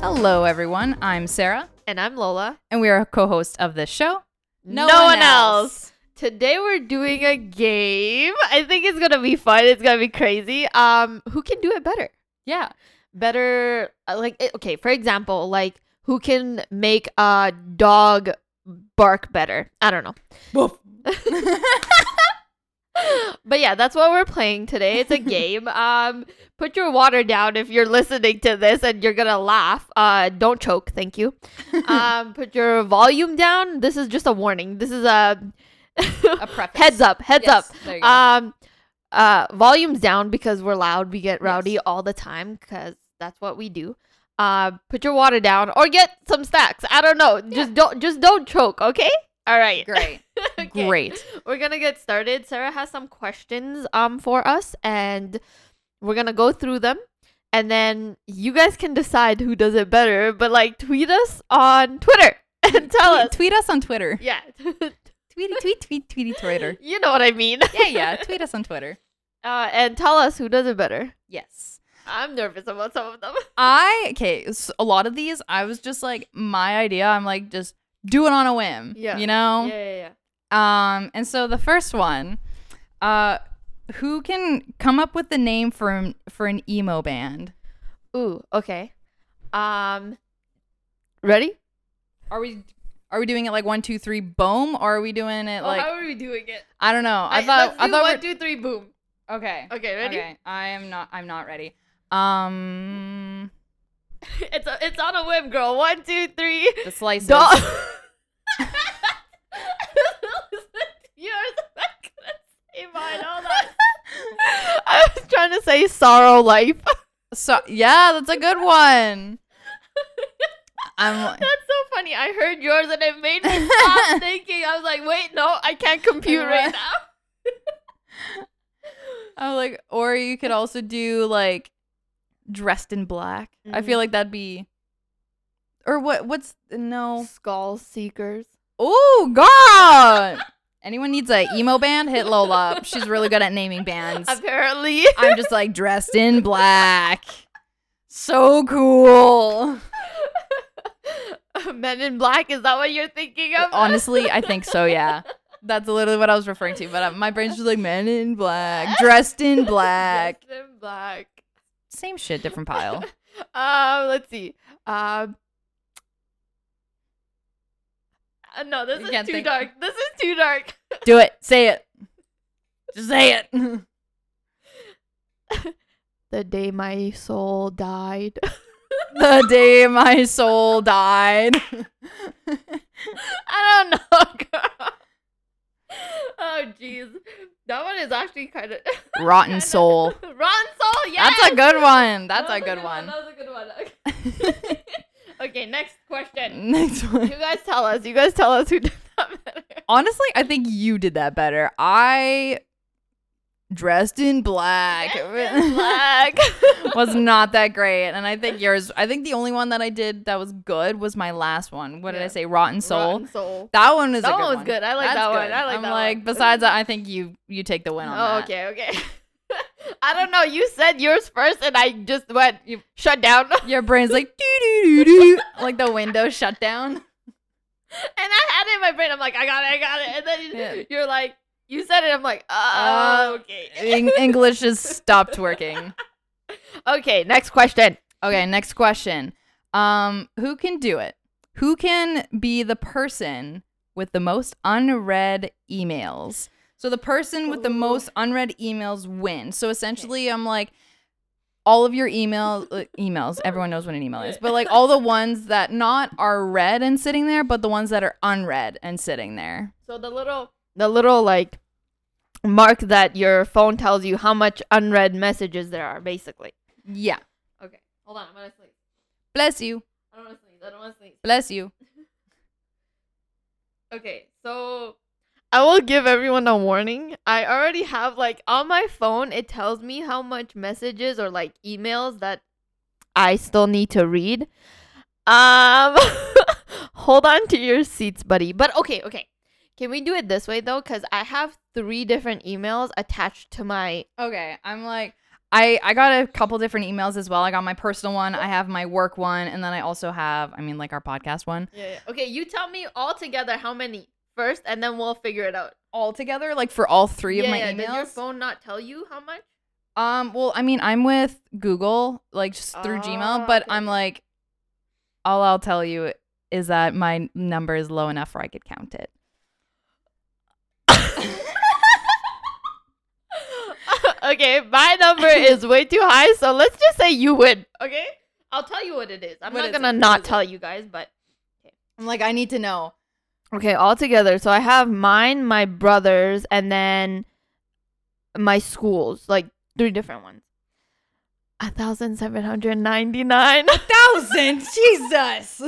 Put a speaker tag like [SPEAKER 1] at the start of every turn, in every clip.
[SPEAKER 1] Hello, everyone. I'm Sarah,
[SPEAKER 2] And I'm Lola.
[SPEAKER 1] and we are co hosts of this show.
[SPEAKER 2] Today we're doing a game. I think it's gonna be fun. It's gonna be crazy. Um, who can do it better?
[SPEAKER 1] Yeah.
[SPEAKER 2] Better, uh, like eh, okay. For example, like who can make a dog bark better? I don't know. But yeah, that's what we're playing today. It's a game. um, put your water down if you're listening to this and you're gonna laugh. Uh, don't choke. Thank you. um, put your volume down. This is just a warning. This is a
[SPEAKER 1] A preface.
[SPEAKER 2] heads up. Heads up.
[SPEAKER 1] There you go.
[SPEAKER 2] Um, uh, volumes down because we're loud. We get rowdy all the time because that's what we do. Uh, put your water down or get some snacks. I don't know. Just don't. Just don't choke. Okay. All right.
[SPEAKER 1] Great.
[SPEAKER 2] Okay.
[SPEAKER 1] Great.
[SPEAKER 2] We're gonna get started. Sarah has some questions um for us, and we're gonna go through them, and then you guys can decide who does it better. But like, tweet us on Twitter and tell us.
[SPEAKER 1] Tweet, tweet us on Twitter.
[SPEAKER 2] Yeah.
[SPEAKER 1] Tweety, tweet, tweet, tweety, Twitter.
[SPEAKER 2] you know what I mean.
[SPEAKER 1] Yeah, yeah. Tweet us on Twitter.
[SPEAKER 2] Uh, and tell us who does it better.
[SPEAKER 1] Yes.
[SPEAKER 2] I'm nervous about some of them.
[SPEAKER 1] I, okay, s a a lot of these, I was just like, my idea, I'm like, just do it on a whim.
[SPEAKER 2] Yeah.
[SPEAKER 1] You know?
[SPEAKER 2] yeah, yeah.
[SPEAKER 1] Um, and so the first one, uh, who can come up with the name for an, for an emo band?
[SPEAKER 2] Ooh, okay. Um, ready?
[SPEAKER 1] Are we are we doing it like one two three boom or are we doing it like
[SPEAKER 2] Oh, are we doing it?
[SPEAKER 1] I don't know. I, thought I thought
[SPEAKER 2] two, three, boom.
[SPEAKER 1] we're, okay.
[SPEAKER 2] Okay, ready?
[SPEAKER 1] Okay. I am not I'm not ready. Um
[SPEAKER 2] It's a, it's on a whim, girl. One, two, three.
[SPEAKER 1] the slices.
[SPEAKER 2] Dog. Yours. I'm not gonna say mine. Hold on. I was trying to say sorrow life.
[SPEAKER 1] So yeah, that's a good one. I'm
[SPEAKER 2] That's so funny. I heard yours and it made me stop thinking. I was like, wait, no, I can't compute right now.
[SPEAKER 1] I'm like or you could also do like dressed in black. I feel like that'd be or what what's no
[SPEAKER 2] Skull seekers.
[SPEAKER 1] Oh God! Anyone needs a emo band? Hit Lola up. She's really good at naming bands.
[SPEAKER 2] Apparently.
[SPEAKER 1] I'm just like dressed in black. So cool.
[SPEAKER 2] Men in Black, is that what you're thinking of?
[SPEAKER 1] Honestly, I think so. Yeah, that's literally what I was referring to. But uh, my brain's just like men in black, dressed in black.
[SPEAKER 2] Men in Black.
[SPEAKER 1] Same shit, different pile.
[SPEAKER 2] Um, let's see. Um, uh, no, this
[SPEAKER 1] You
[SPEAKER 2] is
[SPEAKER 1] can't
[SPEAKER 2] too
[SPEAKER 1] think-
[SPEAKER 2] dark. This is too dark.
[SPEAKER 1] Do it. Say it. Just say it.
[SPEAKER 2] The day my soul died.
[SPEAKER 1] the day my soul died.
[SPEAKER 2] I don't know, girl. Oh, jeez. That one is actually kind of.
[SPEAKER 1] Rotten soul.
[SPEAKER 2] Ron Soul, yes!
[SPEAKER 1] That's a good one.
[SPEAKER 2] That
[SPEAKER 1] That's
[SPEAKER 2] was
[SPEAKER 1] a good one.
[SPEAKER 2] That was a good one. Okay, okay next question.
[SPEAKER 1] Next one.
[SPEAKER 2] You guys tell us. You guys tell us who did that better.
[SPEAKER 1] Honestly, I think you did that better. I dressed in black,
[SPEAKER 2] Black.
[SPEAKER 1] was not that great. And I think yours I think the only one that I did that was good was my last one. What did I
[SPEAKER 2] Yeah.
[SPEAKER 1] say? Rotten Soul.
[SPEAKER 2] Rotten Soul.
[SPEAKER 1] That one is a
[SPEAKER 2] That
[SPEAKER 1] good
[SPEAKER 2] one was good. I like
[SPEAKER 1] That's
[SPEAKER 2] that one.
[SPEAKER 1] good.
[SPEAKER 2] I like
[SPEAKER 1] I'm
[SPEAKER 2] that
[SPEAKER 1] like
[SPEAKER 2] one.
[SPEAKER 1] besides that, I think you you take the win on
[SPEAKER 2] Oh,
[SPEAKER 1] that.
[SPEAKER 2] okay, okay. I don't know. You said yours first, and I just went
[SPEAKER 1] You-
[SPEAKER 2] shut down. and
[SPEAKER 1] Your brain's like doo doo doo doo like the window shut down.
[SPEAKER 2] I had it in my brain. I'm like, I got it, I got it. And then
[SPEAKER 1] Yeah.
[SPEAKER 2] you're like, you said it. I'm like,
[SPEAKER 1] Uh,
[SPEAKER 2] oh, okay.
[SPEAKER 1] Eng- English just stopped working.
[SPEAKER 2] Okay, next question.
[SPEAKER 1] Okay, next question. Um, who can do it? Who can be the person with the most unread emails? So the person with the
[SPEAKER 2] Ooh.
[SPEAKER 1] most unread emails wins. So essentially, I'm like all of your email uh, emails. Everyone knows what an email is, but like all the ones that not are read and sitting there, but the ones that are unread and sitting there.
[SPEAKER 2] So the little, the little like mark that your phone tells you how much unread messages there are, basically.
[SPEAKER 1] Yeah.
[SPEAKER 2] Okay, hold on. I'm gonna sneeze.
[SPEAKER 1] Bless you.
[SPEAKER 2] I don't wanna sneeze. I don't wanna sneeze.
[SPEAKER 1] Bless you.
[SPEAKER 2] Okay, so I will give everyone a warning. I already have like on my phone it tells me how much messages or like emails that I still need to read. Um hold on to your seats, buddy. But okay, okay. Can we do it this way though cuz I have 3 different emails attached to my
[SPEAKER 1] Okay, I'm like I I got a couple different emails as well. I got my personal one, I have my work one, and then I also have I mean like our podcast one.
[SPEAKER 2] yeah, yeah. Okay, you tell me all together how many first and then we'll figure it out.
[SPEAKER 1] All together like for all three of my
[SPEAKER 2] yeah,
[SPEAKER 1] emails.
[SPEAKER 2] Did your phone not tell you how much?
[SPEAKER 1] Um, well, I mean, I'm with Google, like just through Gmail,
[SPEAKER 2] Ah,
[SPEAKER 1] but
[SPEAKER 2] okay.
[SPEAKER 1] I'm like, all I'll tell you is that my number is low enough where I could count it.
[SPEAKER 2] okay, my number is way too high, so let's just say you win. Okay? I'll tell you what it is. I'm
[SPEAKER 1] What
[SPEAKER 2] not
[SPEAKER 1] is it?
[SPEAKER 2] gonna
[SPEAKER 1] What
[SPEAKER 2] not
[SPEAKER 1] is it?
[SPEAKER 2] tell you guys, but
[SPEAKER 1] I'm like, I need to know.
[SPEAKER 2] okay, all together. So I have mine, my brothers, and then my schools, like three different ones. A thousand seven hundred ninety nine.
[SPEAKER 1] Thousand, Jesus.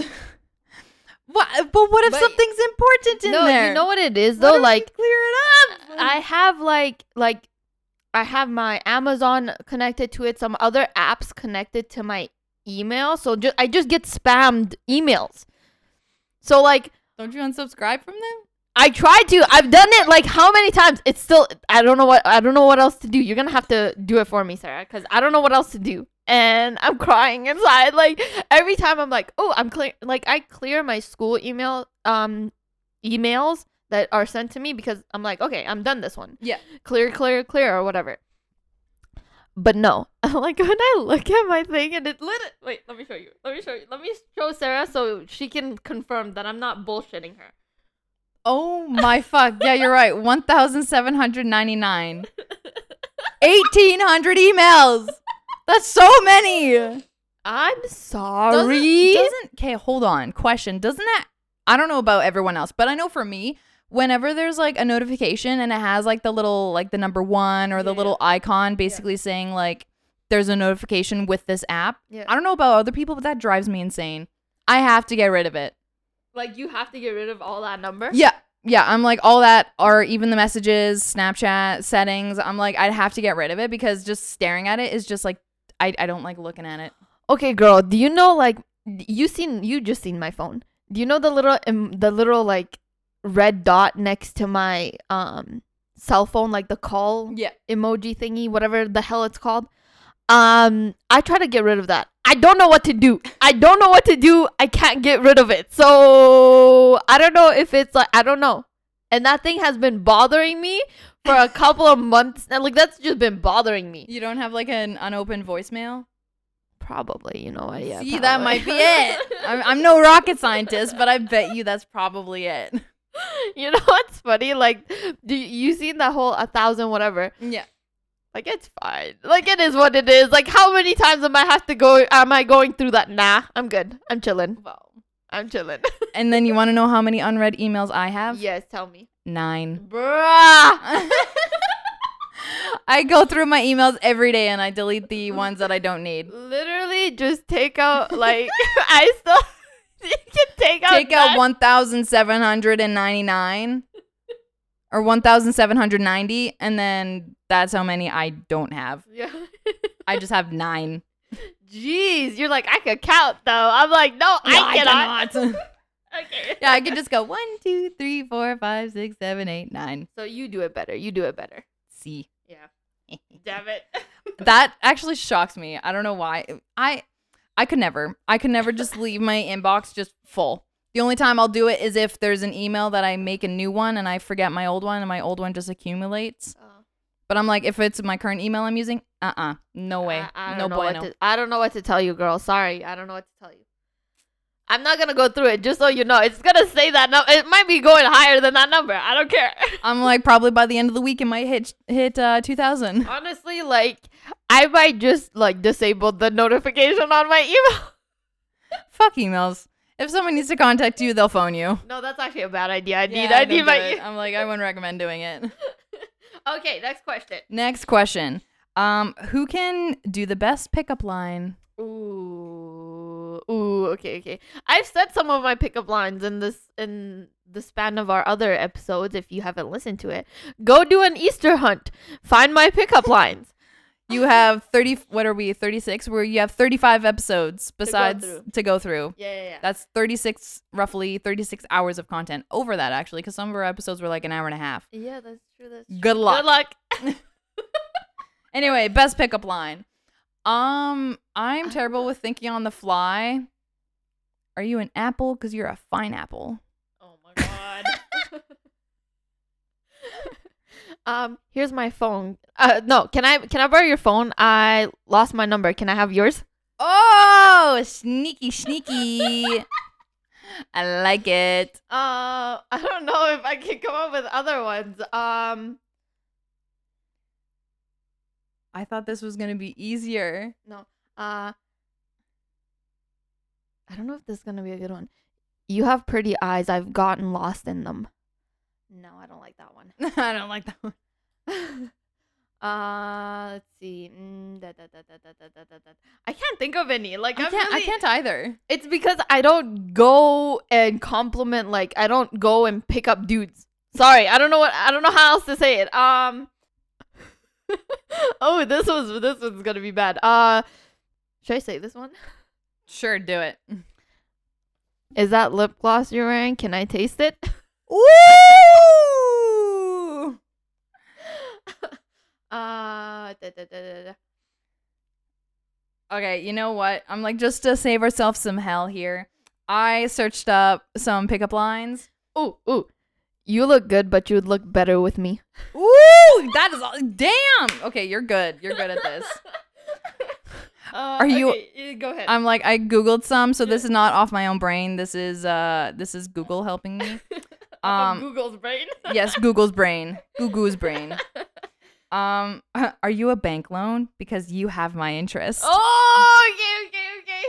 [SPEAKER 1] What? But what if
[SPEAKER 2] But-
[SPEAKER 1] something's important in
[SPEAKER 2] No,
[SPEAKER 1] there?
[SPEAKER 2] you know what it is
[SPEAKER 1] Why
[SPEAKER 2] though.
[SPEAKER 1] don't you
[SPEAKER 2] Like
[SPEAKER 1] clear it up.
[SPEAKER 2] I have like like I have my Amazon connected to it, some other apps connected to my email, so just I just get spammed emails. So like
[SPEAKER 1] don't you unsubscribe from them?
[SPEAKER 2] I tried to. I've done it like how many times? It's still I don't know what I don't know what else to do. You're going to have to do it for me, Sarah, cuz I don't know what else to do. And I'm crying inside like every time I'm like, "Oh, I'm clear like I clear my school email um emails that are sent to me because I'm like, "Okay, I'm done this one."
[SPEAKER 1] Yeah.
[SPEAKER 2] Clear, clear, clear or whatever. But no. like when I look at my thing and it lit Wait, let me show you. Let me show you. Let me show Sarah so she can confirm that I'm not bullshitting her.
[SPEAKER 1] Oh my fuck. Yeah, you're right. 1,799. 1,800 emails. That's so many.
[SPEAKER 2] I'm
[SPEAKER 1] Doesn't,
[SPEAKER 2] sorry.
[SPEAKER 1] doesn't, okay, hold on. Question. Doesn't that, I don't know about everyone else, but I know for me, whenever there's like a notification and it has like the little, like the number one or the
[SPEAKER 2] Yeah,
[SPEAKER 1] little icon basically saying like there's a notification with this app,
[SPEAKER 2] yeah.
[SPEAKER 1] I don't know about other people, but that drives me insane. I have to get rid of it.
[SPEAKER 2] like you have to get rid of all that number.
[SPEAKER 1] Yeah. Yeah. I'm like, all that, or even the messages, Snapchat settings. I'm like, I'd have to get rid of it because just staring at it is just like, I, I don't like looking at it.
[SPEAKER 2] Okay, girl. Do you know like you seen you just seen my phone? Do you know the little um, the little like red dot next to my um cell phone, like the call
[SPEAKER 1] Yeah.
[SPEAKER 2] emoji thingy, whatever the hell it's called? Um, I try to get rid of that. I don't know what to do. I don't know what to do. I can't get rid of it. So I don't know if it's like I don't know. And that thing has been bothering me for a couple of months. And like that's just been bothering me.
[SPEAKER 1] You don't have like an unopened voicemail?
[SPEAKER 2] Probably, you know what? Yeah.
[SPEAKER 1] See, that
[SPEAKER 2] probably.
[SPEAKER 1] might be it. I'm, I'm no rocket scientist, but I bet you that's probably it.
[SPEAKER 2] you know what's funny? Like, do you, you seen that whole a thousand whatever?
[SPEAKER 1] Yeah.
[SPEAKER 2] Like, it's fine. Like, it is what it is. Like, how many times am I have to go? Am I going through that? Nah, I'm good. I'm chilling.
[SPEAKER 1] Well.
[SPEAKER 2] I'm chilling.
[SPEAKER 1] And um, then you want to know how many unread emails I have?
[SPEAKER 2] yes, tell me,
[SPEAKER 1] Nine.
[SPEAKER 2] bruh.
[SPEAKER 1] I go through my emails every day and I delete the ones that I don't need.
[SPEAKER 2] Literally, just take out like I still. You can take out.
[SPEAKER 1] take out
[SPEAKER 2] that-
[SPEAKER 1] 1799 or 1790 and then that's how many i don't have
[SPEAKER 2] Yeah.
[SPEAKER 1] i just have nine
[SPEAKER 2] Jeez, you're like I could count though. I'm like, no, I, cannot. Okay.
[SPEAKER 1] yeah i could just go one two three four five six seven eight nine
[SPEAKER 2] So you do it better. You do it better.
[SPEAKER 1] c
[SPEAKER 2] Yeah. Damn it.
[SPEAKER 1] that actually shocks me i don't know why i i could never i could never just leave my inbox just full the only time i'll do it is if there's an email that i make a new one and i forget my old one and my old one just accumulates
[SPEAKER 2] Oh.
[SPEAKER 1] But I'm like, if it's my current email I'm using, uh uh No way.
[SPEAKER 2] I, I
[SPEAKER 1] no
[SPEAKER 2] don't know what
[SPEAKER 1] bueno.
[SPEAKER 2] to, I don't know what to tell you, girl. Sorry, I don't know what to tell you. I'm not gonna go through it, just so you know. It's gonna say that number. It might be going higher than that number. I don't care.
[SPEAKER 1] I'm like, probably by the end of the week, it might hit, hit uh, 2000.
[SPEAKER 2] Honestly, like I might just like disable the notification on my email.
[SPEAKER 1] Fuck emails. If someone needs to contact you, they'll phone you.
[SPEAKER 2] No, that's actually a bad idea. I need.
[SPEAKER 1] Yeah,
[SPEAKER 2] I
[SPEAKER 1] don't
[SPEAKER 2] need
[SPEAKER 1] do
[SPEAKER 2] my.
[SPEAKER 1] it. I'm like, I wouldn't recommend doing it.
[SPEAKER 2] e- Okay, next question.
[SPEAKER 1] Next question. Um, who can do the best pickup line?
[SPEAKER 2] Ooh, Ooh, okay, okay. I've said some of my pickup lines in this in the span of our other episodes. If you haven't listened to it, go do an Easter hunt. Find my pickup lines.
[SPEAKER 1] You have 30 what are we 36 where you have 35 episodes besides
[SPEAKER 2] through.
[SPEAKER 1] to go through.
[SPEAKER 2] Yeah, yeah, yeah.
[SPEAKER 1] That's 36 roughly 36 hours of content over that actually cuz some of our episodes were like an hour and a half.
[SPEAKER 2] yeah, that's true. That's true.
[SPEAKER 1] Good luck.
[SPEAKER 2] Good luck.
[SPEAKER 1] Anyway, best pickup line. Um I'm terrible with thinking on the fly. Are you an apple cuz you're a fine apple?
[SPEAKER 2] Oh my god. um, here's my phone. Uh, no, can I can I borrow your phone? I lost my number. Can I have yours?
[SPEAKER 1] Oh, sneaky sneaky. I like it.
[SPEAKER 2] Uh, I don't know if I can come up with other ones. Um,
[SPEAKER 1] I thought this was going to be easier.
[SPEAKER 2] uh, I don't know if this is gonna be a good one. You have pretty eyes. I've gotten lost in them. No, I don't like that one.
[SPEAKER 1] I don't like that one.
[SPEAKER 2] uh, let's see. Mm, da, da, da, da, da, da, da, da, da. I can't think of any. Like
[SPEAKER 1] I
[SPEAKER 2] I'm
[SPEAKER 1] can't,
[SPEAKER 2] really-
[SPEAKER 1] I can't either.
[SPEAKER 2] It's because I don't go and compliment. Like I don't go and pick up dudes. Sorry, I don't know what I don't know how else to say it. Um. oh, this was this one's gonna be bad. Uh, should I say this one?
[SPEAKER 1] Sure, do it.
[SPEAKER 2] Is that lip gloss you're wearing? Can I taste it?
[SPEAKER 1] Ooh!
[SPEAKER 2] Uh, da, da, da, da, da.
[SPEAKER 1] Okay, you know what? I'm like, just to save ourselves some hell here, I searched up some pickup lines.
[SPEAKER 2] Ooh, ooh. You look good, but you would look better with me.
[SPEAKER 1] Ooh, that is all. Damn! Okay, you're good. You're good at this.
[SPEAKER 2] Are
[SPEAKER 1] you-
[SPEAKER 2] Uh, go ahead.
[SPEAKER 1] I'm like, I Googled some, so this is not off my own brain. This is, uh, this is Google helping me.
[SPEAKER 2] Off of
[SPEAKER 1] um,
[SPEAKER 2] Google's brain.
[SPEAKER 1] Yes, Google's brain. Google's brain. Um, are you a bank loan? Because you have my interest.
[SPEAKER 2] oh, okay, okay, okay.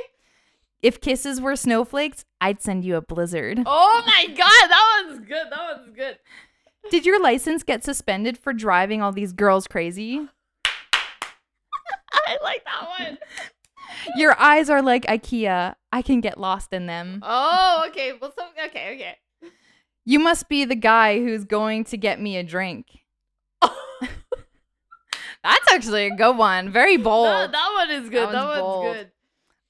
[SPEAKER 1] If kisses were snowflakes, I'd send you a blizzard.
[SPEAKER 2] Oh my god, that one's good. That one's good.
[SPEAKER 1] Did your license get suspended for driving all these girls crazy?
[SPEAKER 2] I like that one.
[SPEAKER 1] Your eyes are like IKEA. I can get lost in them.
[SPEAKER 2] Oh, okay. Well, some, okay, okay.
[SPEAKER 1] You must be the guy who's going to get me a drink. That's actually a good one. Very bold.
[SPEAKER 2] That, that one is good.
[SPEAKER 1] That
[SPEAKER 2] That,
[SPEAKER 1] one's
[SPEAKER 2] one's
[SPEAKER 1] bold.
[SPEAKER 2] good.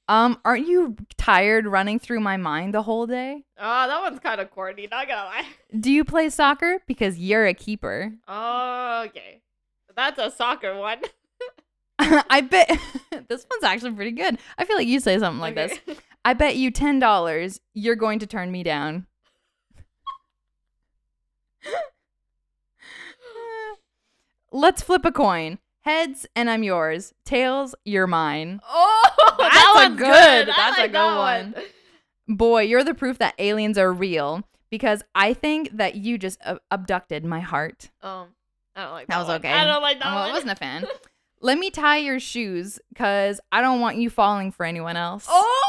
[SPEAKER 1] Um, aren't you tired running through my mind the whole day?
[SPEAKER 2] Oh, that one's kind of corny. Not gonna lie.
[SPEAKER 1] Do you play soccer? Because you're a keeper.
[SPEAKER 2] Oh, okay. That's a soccer one.
[SPEAKER 1] I bet this one's actually pretty good. I feel like you say something like this.
[SPEAKER 2] Okay.
[SPEAKER 1] I bet you ten dollars you're going to turn me down. Let's flip a coin. Heads and I'm yours. Tails, you're mine.
[SPEAKER 2] Oh,
[SPEAKER 1] That's
[SPEAKER 2] that
[SPEAKER 1] a
[SPEAKER 2] one's
[SPEAKER 1] good-
[SPEAKER 2] good. I
[SPEAKER 1] that's a
[SPEAKER 2] like
[SPEAKER 1] good
[SPEAKER 2] that
[SPEAKER 1] one. Boy, you're the proof that aliens are real because I think that you just ab- abducted my heart.
[SPEAKER 2] Um, I don't like that.
[SPEAKER 1] That was
[SPEAKER 2] one.
[SPEAKER 1] okay.
[SPEAKER 2] I don't like that
[SPEAKER 1] Oh,
[SPEAKER 2] one.
[SPEAKER 1] I wasn't a fan. Let me tie your shoes because I don't want you falling for anyone else.
[SPEAKER 2] Oh,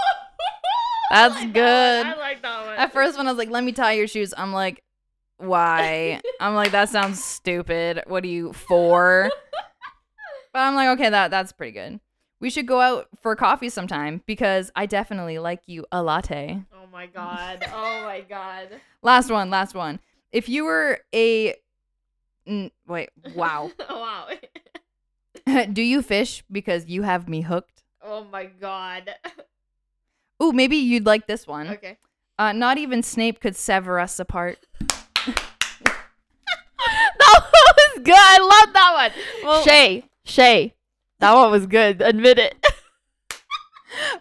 [SPEAKER 2] I
[SPEAKER 1] That's
[SPEAKER 2] like
[SPEAKER 1] good.
[SPEAKER 2] That one. I like that one.
[SPEAKER 1] At first, when I was like, let me tie your shoes, I'm like, why? I'm like, that sounds stupid. What are you for? But I'm like, okay, that that's pretty good. We should go out for coffee sometime because I definitely like you a latte.
[SPEAKER 2] Oh my god. Oh my god.
[SPEAKER 1] Last one, last one. If you were a n- wait, wow.
[SPEAKER 2] wow.
[SPEAKER 1] Do you fish because you have me hooked?
[SPEAKER 2] Oh my god.
[SPEAKER 1] Ooh, maybe you'd like this one.
[SPEAKER 2] Okay.
[SPEAKER 1] Uh, not even Snape could sever us apart.
[SPEAKER 2] that one was good. I love that one. Shay. Shay. That one was good. Admit it.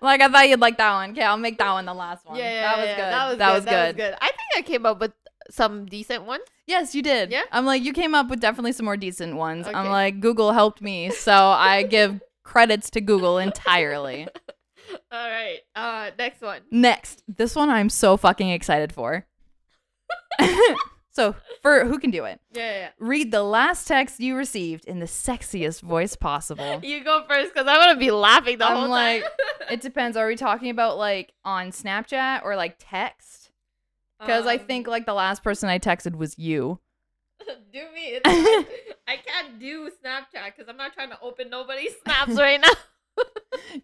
[SPEAKER 1] Like I thought you'd like that one. Okay, I'll make that one the last one. that was good.
[SPEAKER 2] That was
[SPEAKER 1] that
[SPEAKER 2] good.
[SPEAKER 1] was
[SPEAKER 2] that was
[SPEAKER 1] good.
[SPEAKER 2] good. I think I came up with some decent ones.
[SPEAKER 1] Yes, you did.
[SPEAKER 2] Yeah?
[SPEAKER 1] I'm like, you came up with definitely some more decent ones. I'm
[SPEAKER 2] Okay.
[SPEAKER 1] like, Google helped me, so I give credits to Google entirely.
[SPEAKER 2] All right. Uh, next one.
[SPEAKER 1] Next, this one I'm so fucking excited for. so, for who can do it?
[SPEAKER 2] Yeah, yeah,
[SPEAKER 1] Read the last text you received in the sexiest voice possible.
[SPEAKER 2] yeah. You go first because I'm gonna be laughing the
[SPEAKER 1] I'm
[SPEAKER 2] whole
[SPEAKER 1] like, eh,
[SPEAKER 2] time.
[SPEAKER 1] It depends. Are we talking about like on Snapchat or like text? Because I
[SPEAKER 2] Um,
[SPEAKER 1] think like the last person I texted was you.
[SPEAKER 2] do me. It's fine. I can't do Snapchat because I'm not trying to open nobody's snaps right now.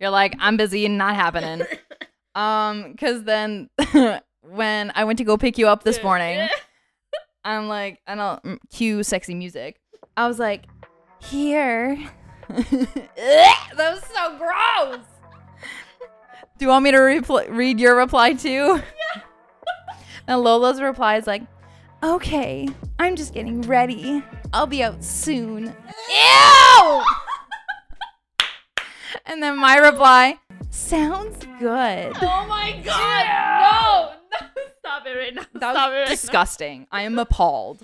[SPEAKER 1] You're like, I'm busy and not happening. Um, because then when I went to go pick you up this morning, I'm like, and I'll mm, cue sexy music. I was like, here. Ugh, that was so gross. Do you want me to repl- read your reply too? and Lola's reply is like, okay, I'm just getting ready. I'll be out soon. Ew! and then my reply, sounds good.
[SPEAKER 2] Oh my god! No! no! Stop it right now.
[SPEAKER 1] That
[SPEAKER 2] Stop it
[SPEAKER 1] was
[SPEAKER 2] right
[SPEAKER 1] disgusting. I am appalled.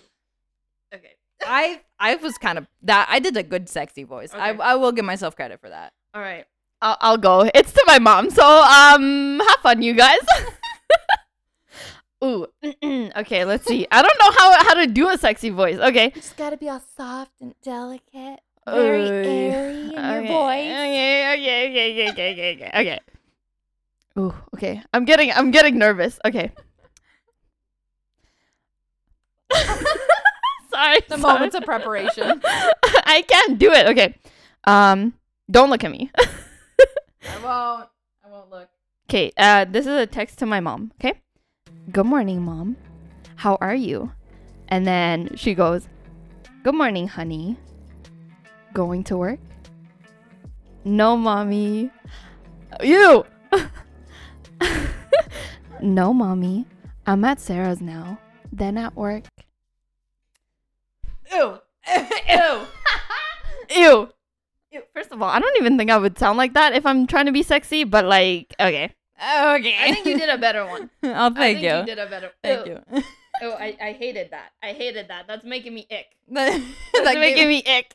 [SPEAKER 2] now. Okay.
[SPEAKER 1] I I was kind of that I did a good sexy voice. I,
[SPEAKER 2] Okay.
[SPEAKER 1] I will give myself credit for that.
[SPEAKER 2] All right. I'll, I'll go. It's to my mom. So, um, have fun, you guys. Ooh. okay, let's see. I don't know how how to do a sexy voice. Okay.
[SPEAKER 3] Just gotta be all soft and delicate,
[SPEAKER 2] Oy.
[SPEAKER 3] very airy in your
[SPEAKER 2] okay.
[SPEAKER 3] voice.
[SPEAKER 2] Okay, okay, okay, okay, okay, okay, okay. okay. Ooh, okay. I'm getting I'm getting nervous. Okay. sorry.
[SPEAKER 1] The
[SPEAKER 2] sorry.
[SPEAKER 1] moments of preparation.
[SPEAKER 2] I can't do it. Okay. Um, don't look at me.
[SPEAKER 1] I won't I won't look.
[SPEAKER 2] Okay, uh, this is a text to my mom. Okay. Good morning, mom. How are you? And then she goes, Good morning, honey. Going to work? No, mommy. You! no, mommy. I'm at Sarah's now, then at work.
[SPEAKER 1] Ew. Ew.
[SPEAKER 2] Ew. Ew. First of all, I don't even think I would sound like that if I'm trying to be sexy, but like, okay.
[SPEAKER 1] Okay.
[SPEAKER 2] I think you did a better one.
[SPEAKER 1] oh,
[SPEAKER 2] I
[SPEAKER 1] thank
[SPEAKER 2] think
[SPEAKER 1] you.
[SPEAKER 2] did a better.
[SPEAKER 1] Thank
[SPEAKER 2] Ew.
[SPEAKER 1] you.
[SPEAKER 2] Oh, I, I hated that. I hated that. That's making me ick.
[SPEAKER 1] that
[SPEAKER 2] That's
[SPEAKER 1] gave,
[SPEAKER 2] making me ick.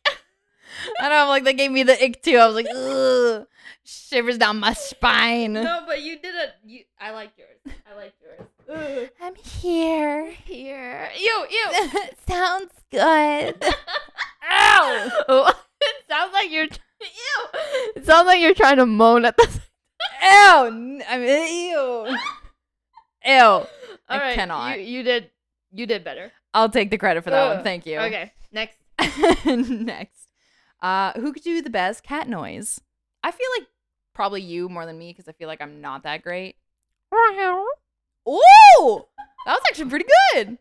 [SPEAKER 1] I know, I'm like that gave me the ick too. I was like, ugh, shivers down my spine.
[SPEAKER 2] No, but you did a. You, I like yours. I like yours. Ugh.
[SPEAKER 3] I'm here.
[SPEAKER 2] Here. Ew, ew.
[SPEAKER 3] sounds good.
[SPEAKER 2] Ow. it sounds like you're. tr- Ew. It sounds like you're trying to moan at this.
[SPEAKER 1] Ew. n- I mean, ew. ew. I cannot.
[SPEAKER 2] You, you did. You did better.
[SPEAKER 1] I'll take the credit for that one.
[SPEAKER 2] Ugh.
[SPEAKER 1] Thank you.
[SPEAKER 2] Okay. Next.
[SPEAKER 1] Next. Uh, who could do the best cat noise? I feel like probably you more than me because I feel like I'm not that great. Ooh, that was actually pretty good.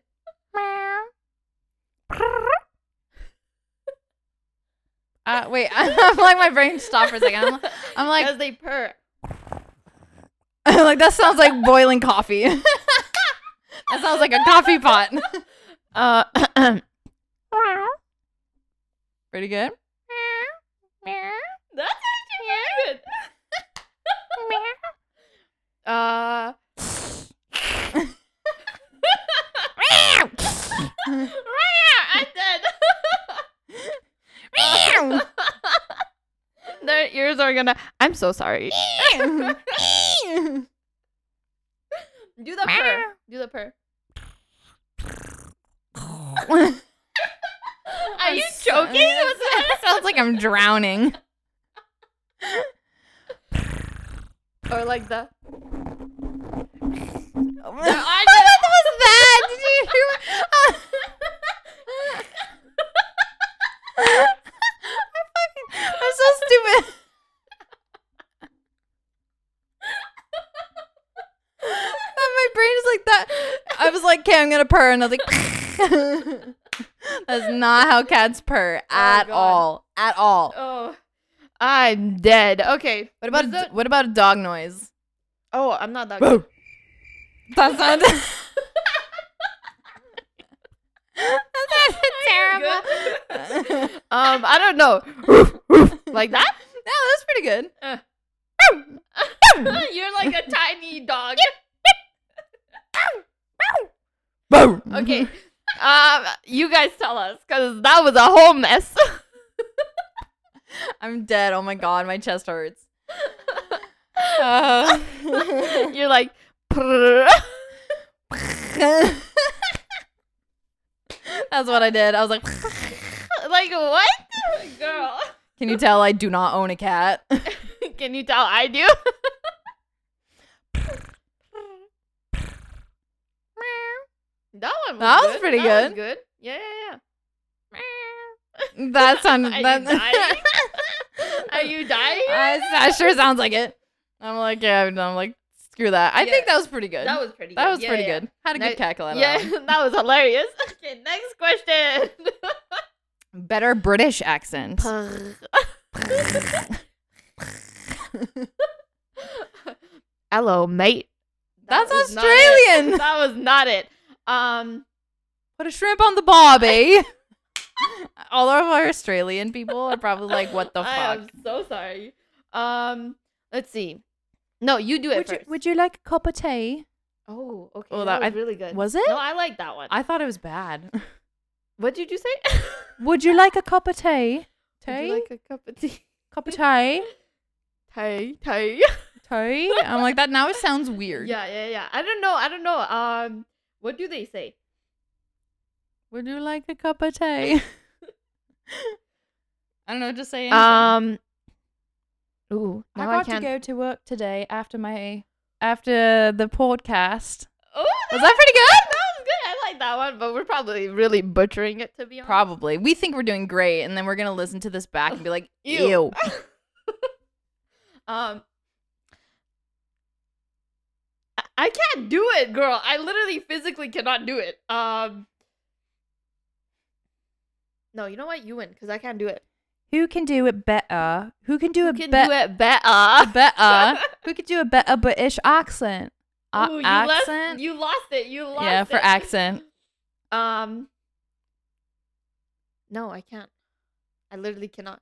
[SPEAKER 1] Uh, wait, I'm like my brain stopped for a second. I'm, I'm like,
[SPEAKER 2] Because they purr.
[SPEAKER 1] I'm like that sounds like boiling coffee. that sounds like a coffee pot.
[SPEAKER 2] Uh.
[SPEAKER 1] Pretty good.
[SPEAKER 2] That's actually pretty good. uh. I'm dead. Their ears are gonna. I'm so sorry. Do the purr. Do the purr. Are you joking? That was-
[SPEAKER 1] sounds like I'm drowning.
[SPEAKER 2] or like the.
[SPEAKER 1] what
[SPEAKER 2] I
[SPEAKER 1] was that? Did you hear? I fucking, I'm so stupid. And my brain is like that. I was like, okay, I'm gonna purr, and I was like, that's not how cats purr at
[SPEAKER 2] God.
[SPEAKER 1] all, at all.
[SPEAKER 2] Oh, I'm dead. Okay.
[SPEAKER 1] What about
[SPEAKER 2] Is
[SPEAKER 1] a,
[SPEAKER 2] that-
[SPEAKER 1] what about a dog noise?
[SPEAKER 2] Oh, I'm not that.
[SPEAKER 1] Whoa. That sounded. that sounded terrible.
[SPEAKER 2] terrible. Um, I don't know. like that?
[SPEAKER 1] No, that was pretty good.
[SPEAKER 2] You're like a tiny dog.
[SPEAKER 1] Boom.
[SPEAKER 2] Okay. Um, you guys tell us, cause that was a whole mess.
[SPEAKER 1] I'm dead. Oh my god, my chest hurts. Uh,
[SPEAKER 2] You're like. "Prrr."
[SPEAKER 1] That's what I did. I was like,
[SPEAKER 2] like what? Girl,
[SPEAKER 1] can you tell I do not own a cat?
[SPEAKER 2] can you tell I do? that one was
[SPEAKER 1] That was
[SPEAKER 2] good.
[SPEAKER 1] pretty
[SPEAKER 2] That was
[SPEAKER 1] good.
[SPEAKER 2] good. Yeah, yeah,
[SPEAKER 1] That sounded.
[SPEAKER 2] yeah. Are
[SPEAKER 1] that,
[SPEAKER 2] you dying? Are you dying?
[SPEAKER 1] I- that sure sounds like it. I'm like, yeah, I'm like screw that. I think
[SPEAKER 2] Yeah.
[SPEAKER 1] that was pretty good.
[SPEAKER 2] That was pretty.
[SPEAKER 1] That
[SPEAKER 2] good.
[SPEAKER 1] was
[SPEAKER 2] Yeah,
[SPEAKER 1] pretty
[SPEAKER 2] yeah.
[SPEAKER 1] good. Had a
[SPEAKER 2] Now-
[SPEAKER 1] good cackle out of
[SPEAKER 2] Yeah,
[SPEAKER 1] that one.
[SPEAKER 2] that was hilarious. Okay, next question.
[SPEAKER 1] Better British accent.
[SPEAKER 2] Hello, mate.
[SPEAKER 1] That's
[SPEAKER 2] was not
[SPEAKER 1] Australian.
[SPEAKER 2] it. That was not it. Um,
[SPEAKER 1] Put a shrimp on the bob, eh? All of our Australian people are probably like, what the
[SPEAKER 2] I
[SPEAKER 1] fuck?
[SPEAKER 2] am so sorry. Um, let's see. No, you do it
[SPEAKER 1] Would you,
[SPEAKER 2] first.
[SPEAKER 1] would you like a cup of tea?
[SPEAKER 2] oh, okay.
[SPEAKER 1] Oh,
[SPEAKER 2] that,
[SPEAKER 1] that-
[SPEAKER 2] was
[SPEAKER 1] I-
[SPEAKER 2] really good.
[SPEAKER 1] Was it?
[SPEAKER 2] No, I like that one.
[SPEAKER 1] I thought it was bad.
[SPEAKER 2] what did you say?
[SPEAKER 1] Would you like a cup of tea?
[SPEAKER 2] Would
[SPEAKER 1] Tea?
[SPEAKER 2] you like a cup of tea?
[SPEAKER 1] cup of tea?
[SPEAKER 2] Tay, tay.
[SPEAKER 1] Tea? I'm like, that now it sounds weird.
[SPEAKER 2] Yeah, yeah, yeah. I don't know. I don't know. Um, what do they say?
[SPEAKER 1] Would you like a cup of tea? I don't know, just say anything.
[SPEAKER 2] Um. Ooh,
[SPEAKER 1] I
[SPEAKER 2] now
[SPEAKER 1] got
[SPEAKER 2] I,
[SPEAKER 1] to
[SPEAKER 2] can't.
[SPEAKER 1] go to work today after my after the podcast.
[SPEAKER 2] Oh,
[SPEAKER 1] Was that pretty good?
[SPEAKER 2] That was good. I like that one, but we're probably really butchering it to be honest.
[SPEAKER 1] Probably. We think we're doing great, and then we're gonna listen to this back and be like, ew.
[SPEAKER 2] um. I- I can't do it, girl. I literally physically cannot do it. Um. No, you know what? You win because I can't do it.
[SPEAKER 1] Who can do it better? Who can do
[SPEAKER 2] You
[SPEAKER 1] it
[SPEAKER 2] can
[SPEAKER 1] better?
[SPEAKER 2] do it better.
[SPEAKER 1] better? Who could do a better British accent? A-
[SPEAKER 2] Ooh, you
[SPEAKER 1] accent?
[SPEAKER 2] Lost, you lost it. You lost
[SPEAKER 1] yeah,
[SPEAKER 2] it.
[SPEAKER 1] for accent.
[SPEAKER 2] Um. No, I can't. I literally cannot.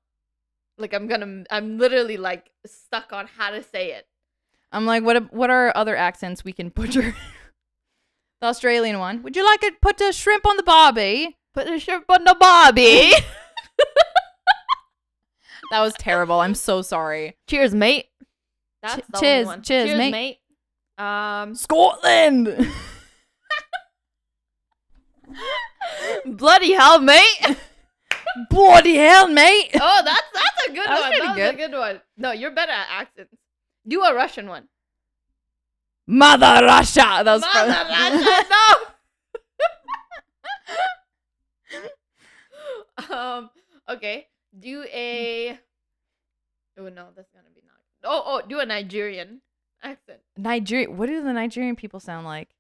[SPEAKER 2] Like I'm gonna. I'm literally like stuck on how to say it.
[SPEAKER 1] I'm like, what? ab- What are other accents we can butcher? the Australian one. Would you like to put a shrimp on the barbie?
[SPEAKER 2] Put the shrimp on the Bobby.
[SPEAKER 1] That was terrible. I'm so sorry.
[SPEAKER 2] cheers, mate. That's the only
[SPEAKER 1] cheers,
[SPEAKER 2] one.
[SPEAKER 1] cheers, mate.
[SPEAKER 2] Um,
[SPEAKER 1] Scotland.
[SPEAKER 2] bloody hell, mate.
[SPEAKER 1] Bloody hell, mate.
[SPEAKER 2] oh, that's that's a good
[SPEAKER 1] That was
[SPEAKER 2] one.
[SPEAKER 1] pretty
[SPEAKER 2] That was a good one. No, you're better at accents. Do a Russian one.
[SPEAKER 1] Mother Russia. That was
[SPEAKER 2] Mother
[SPEAKER 1] from-
[SPEAKER 2] Russia, no. um. Okay. Do a. Oh no, that's gonna be not. Oh oh, do a Nigerian accent.
[SPEAKER 1] Nigeria. What do the Nigerian people sound like?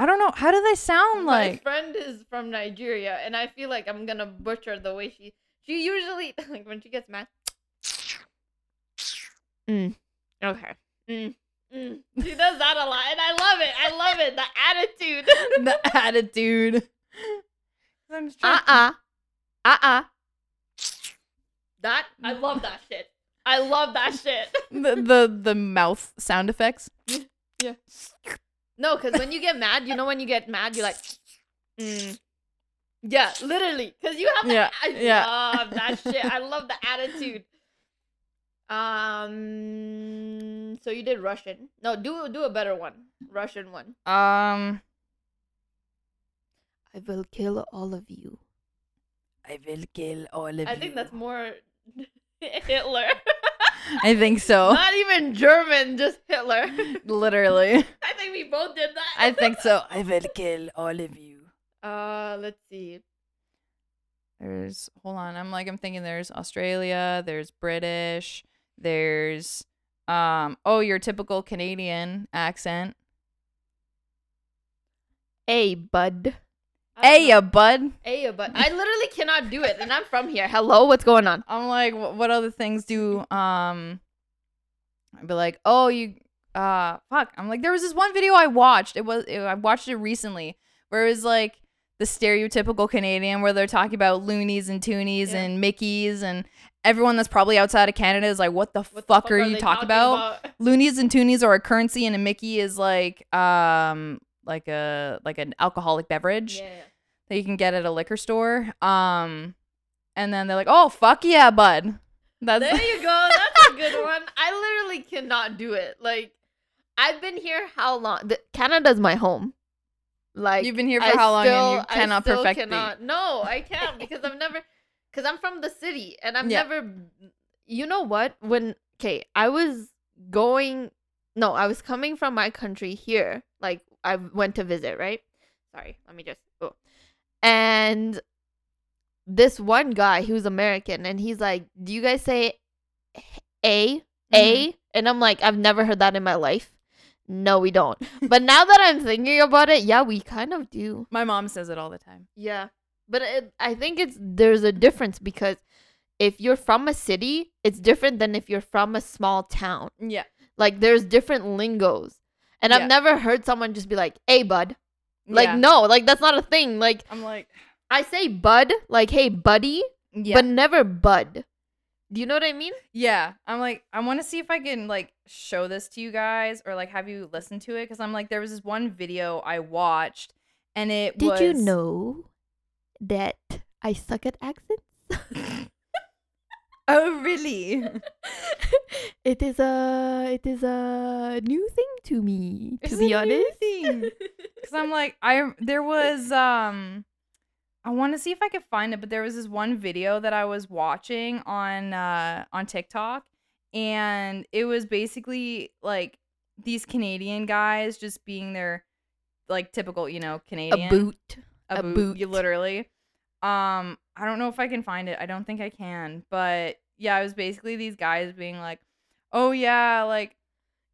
[SPEAKER 1] I don't know. How do they sound
[SPEAKER 2] My
[SPEAKER 1] like?
[SPEAKER 2] friend is from Nigeria, and I feel like I'm gonna butcher the way she. She usually like when she gets mad. Mm. Okay. Mm. Mm. She does that a lot, and I love it. I love it. The attitude.
[SPEAKER 1] the attitude. Ah, I'm just trying-
[SPEAKER 2] uh. Uh uh. That I love that shit. I love that shit.
[SPEAKER 1] the, the the mouth sound effects.
[SPEAKER 2] No, because when you get mad, you know when you get mad, you're like, mm. yeah, literally, because you have that.
[SPEAKER 1] Yeah,
[SPEAKER 2] I
[SPEAKER 1] yeah.
[SPEAKER 2] love that shit. I love the attitude. Um, so you did Russian. No, do do a better one. Russian one.
[SPEAKER 1] Um,
[SPEAKER 2] I will kill all of you.
[SPEAKER 1] I will kill all of
[SPEAKER 2] I think that's more Hitler.
[SPEAKER 1] I think so.
[SPEAKER 2] Not even German, just Hitler.
[SPEAKER 1] Literally,
[SPEAKER 2] I think we both did that.
[SPEAKER 1] I think so. I will kill all of you.
[SPEAKER 2] Uh, let's see.
[SPEAKER 1] There's hold on. I'm like I'm thinking. There's Australia. There's British. There's um. Oh, your typical Canadian accent.
[SPEAKER 2] A bud.
[SPEAKER 1] Hey, ya, bud.
[SPEAKER 2] Ayo, but I literally cannot do it, and I'm from here. Hello, what's going on?
[SPEAKER 1] I'm like, what, what other things do um? I'd be like, oh, you uh, fuck. I'm like, there was this one video I watched. It was it, I watched it recently where it was like the stereotypical Canadian where they're talking about loonies and toonies
[SPEAKER 2] Yeah.
[SPEAKER 1] and Mickeys and everyone that's probably outside of Canada is like, what the,
[SPEAKER 2] What the
[SPEAKER 1] fuck, are, you
[SPEAKER 2] they
[SPEAKER 1] talking about? Loonies and toonies are a currency and a Mickey is like um like a like an alcoholic beverage
[SPEAKER 2] Yeah, yeah.
[SPEAKER 1] that you can get at a liquor store. Um, and then they're like, "Oh fuck yeah, bud." That's
[SPEAKER 2] There you go. That's a good one. I literally cannot do it. Like, I've been here how long? Th- Canada's my home. Like
[SPEAKER 1] You've been here for
[SPEAKER 2] I
[SPEAKER 1] how long and you
[SPEAKER 2] still- I
[SPEAKER 1] cannot
[SPEAKER 2] still
[SPEAKER 1] perfect it?
[SPEAKER 2] cannot- No, I can't because I've never. Because I'm from the city and I've
[SPEAKER 1] Yeah.
[SPEAKER 2] never. You know what? When okay, I was going. No, I was coming from my country here. Like I went to visit, right? Sorry, let me just. Oh. And this one guy, he was American, and he's like, "Do you guys say a a?" And I'm like, "I've never heard that in my life." No, we don't. But now that I'm thinking about it, yeah, we kind of do.
[SPEAKER 1] My mom says it all the time.
[SPEAKER 2] Yeah. But it, I think it's there's a difference because if you're from a city, it's different than if you're from a small town.
[SPEAKER 1] Yeah.
[SPEAKER 2] Like there's different lingos. And
[SPEAKER 1] Yeah.
[SPEAKER 2] I've never heard someone just be like, "Hey, bud." Like no, like that's not a thing. Like
[SPEAKER 1] I'm like,
[SPEAKER 2] I say bud, like hey, buddy,
[SPEAKER 1] yeah.
[SPEAKER 2] but never bud. Do you know what I mean?
[SPEAKER 1] Yeah, I'm like, I want to see if I can like show this to you guys or like have you listen to it because I'm like, there was this one video I watched and it was.
[SPEAKER 2] know that I suck at accents?
[SPEAKER 1] Oh, really?
[SPEAKER 2] it is a it is a new thing to me,
[SPEAKER 1] because I'm like, I there was um, I want to see if I could find it, but there was this one video that I was watching on uh on TikTok, and it was basically like these Canadian guys just being their like typical, you know, Canadian
[SPEAKER 2] a boot.
[SPEAKER 1] a,
[SPEAKER 2] A
[SPEAKER 1] boot,
[SPEAKER 2] boot.
[SPEAKER 1] You literally. Um, I don't know if I can find it. I don't think I can. But yeah, it was basically these guys being like, "Oh yeah, like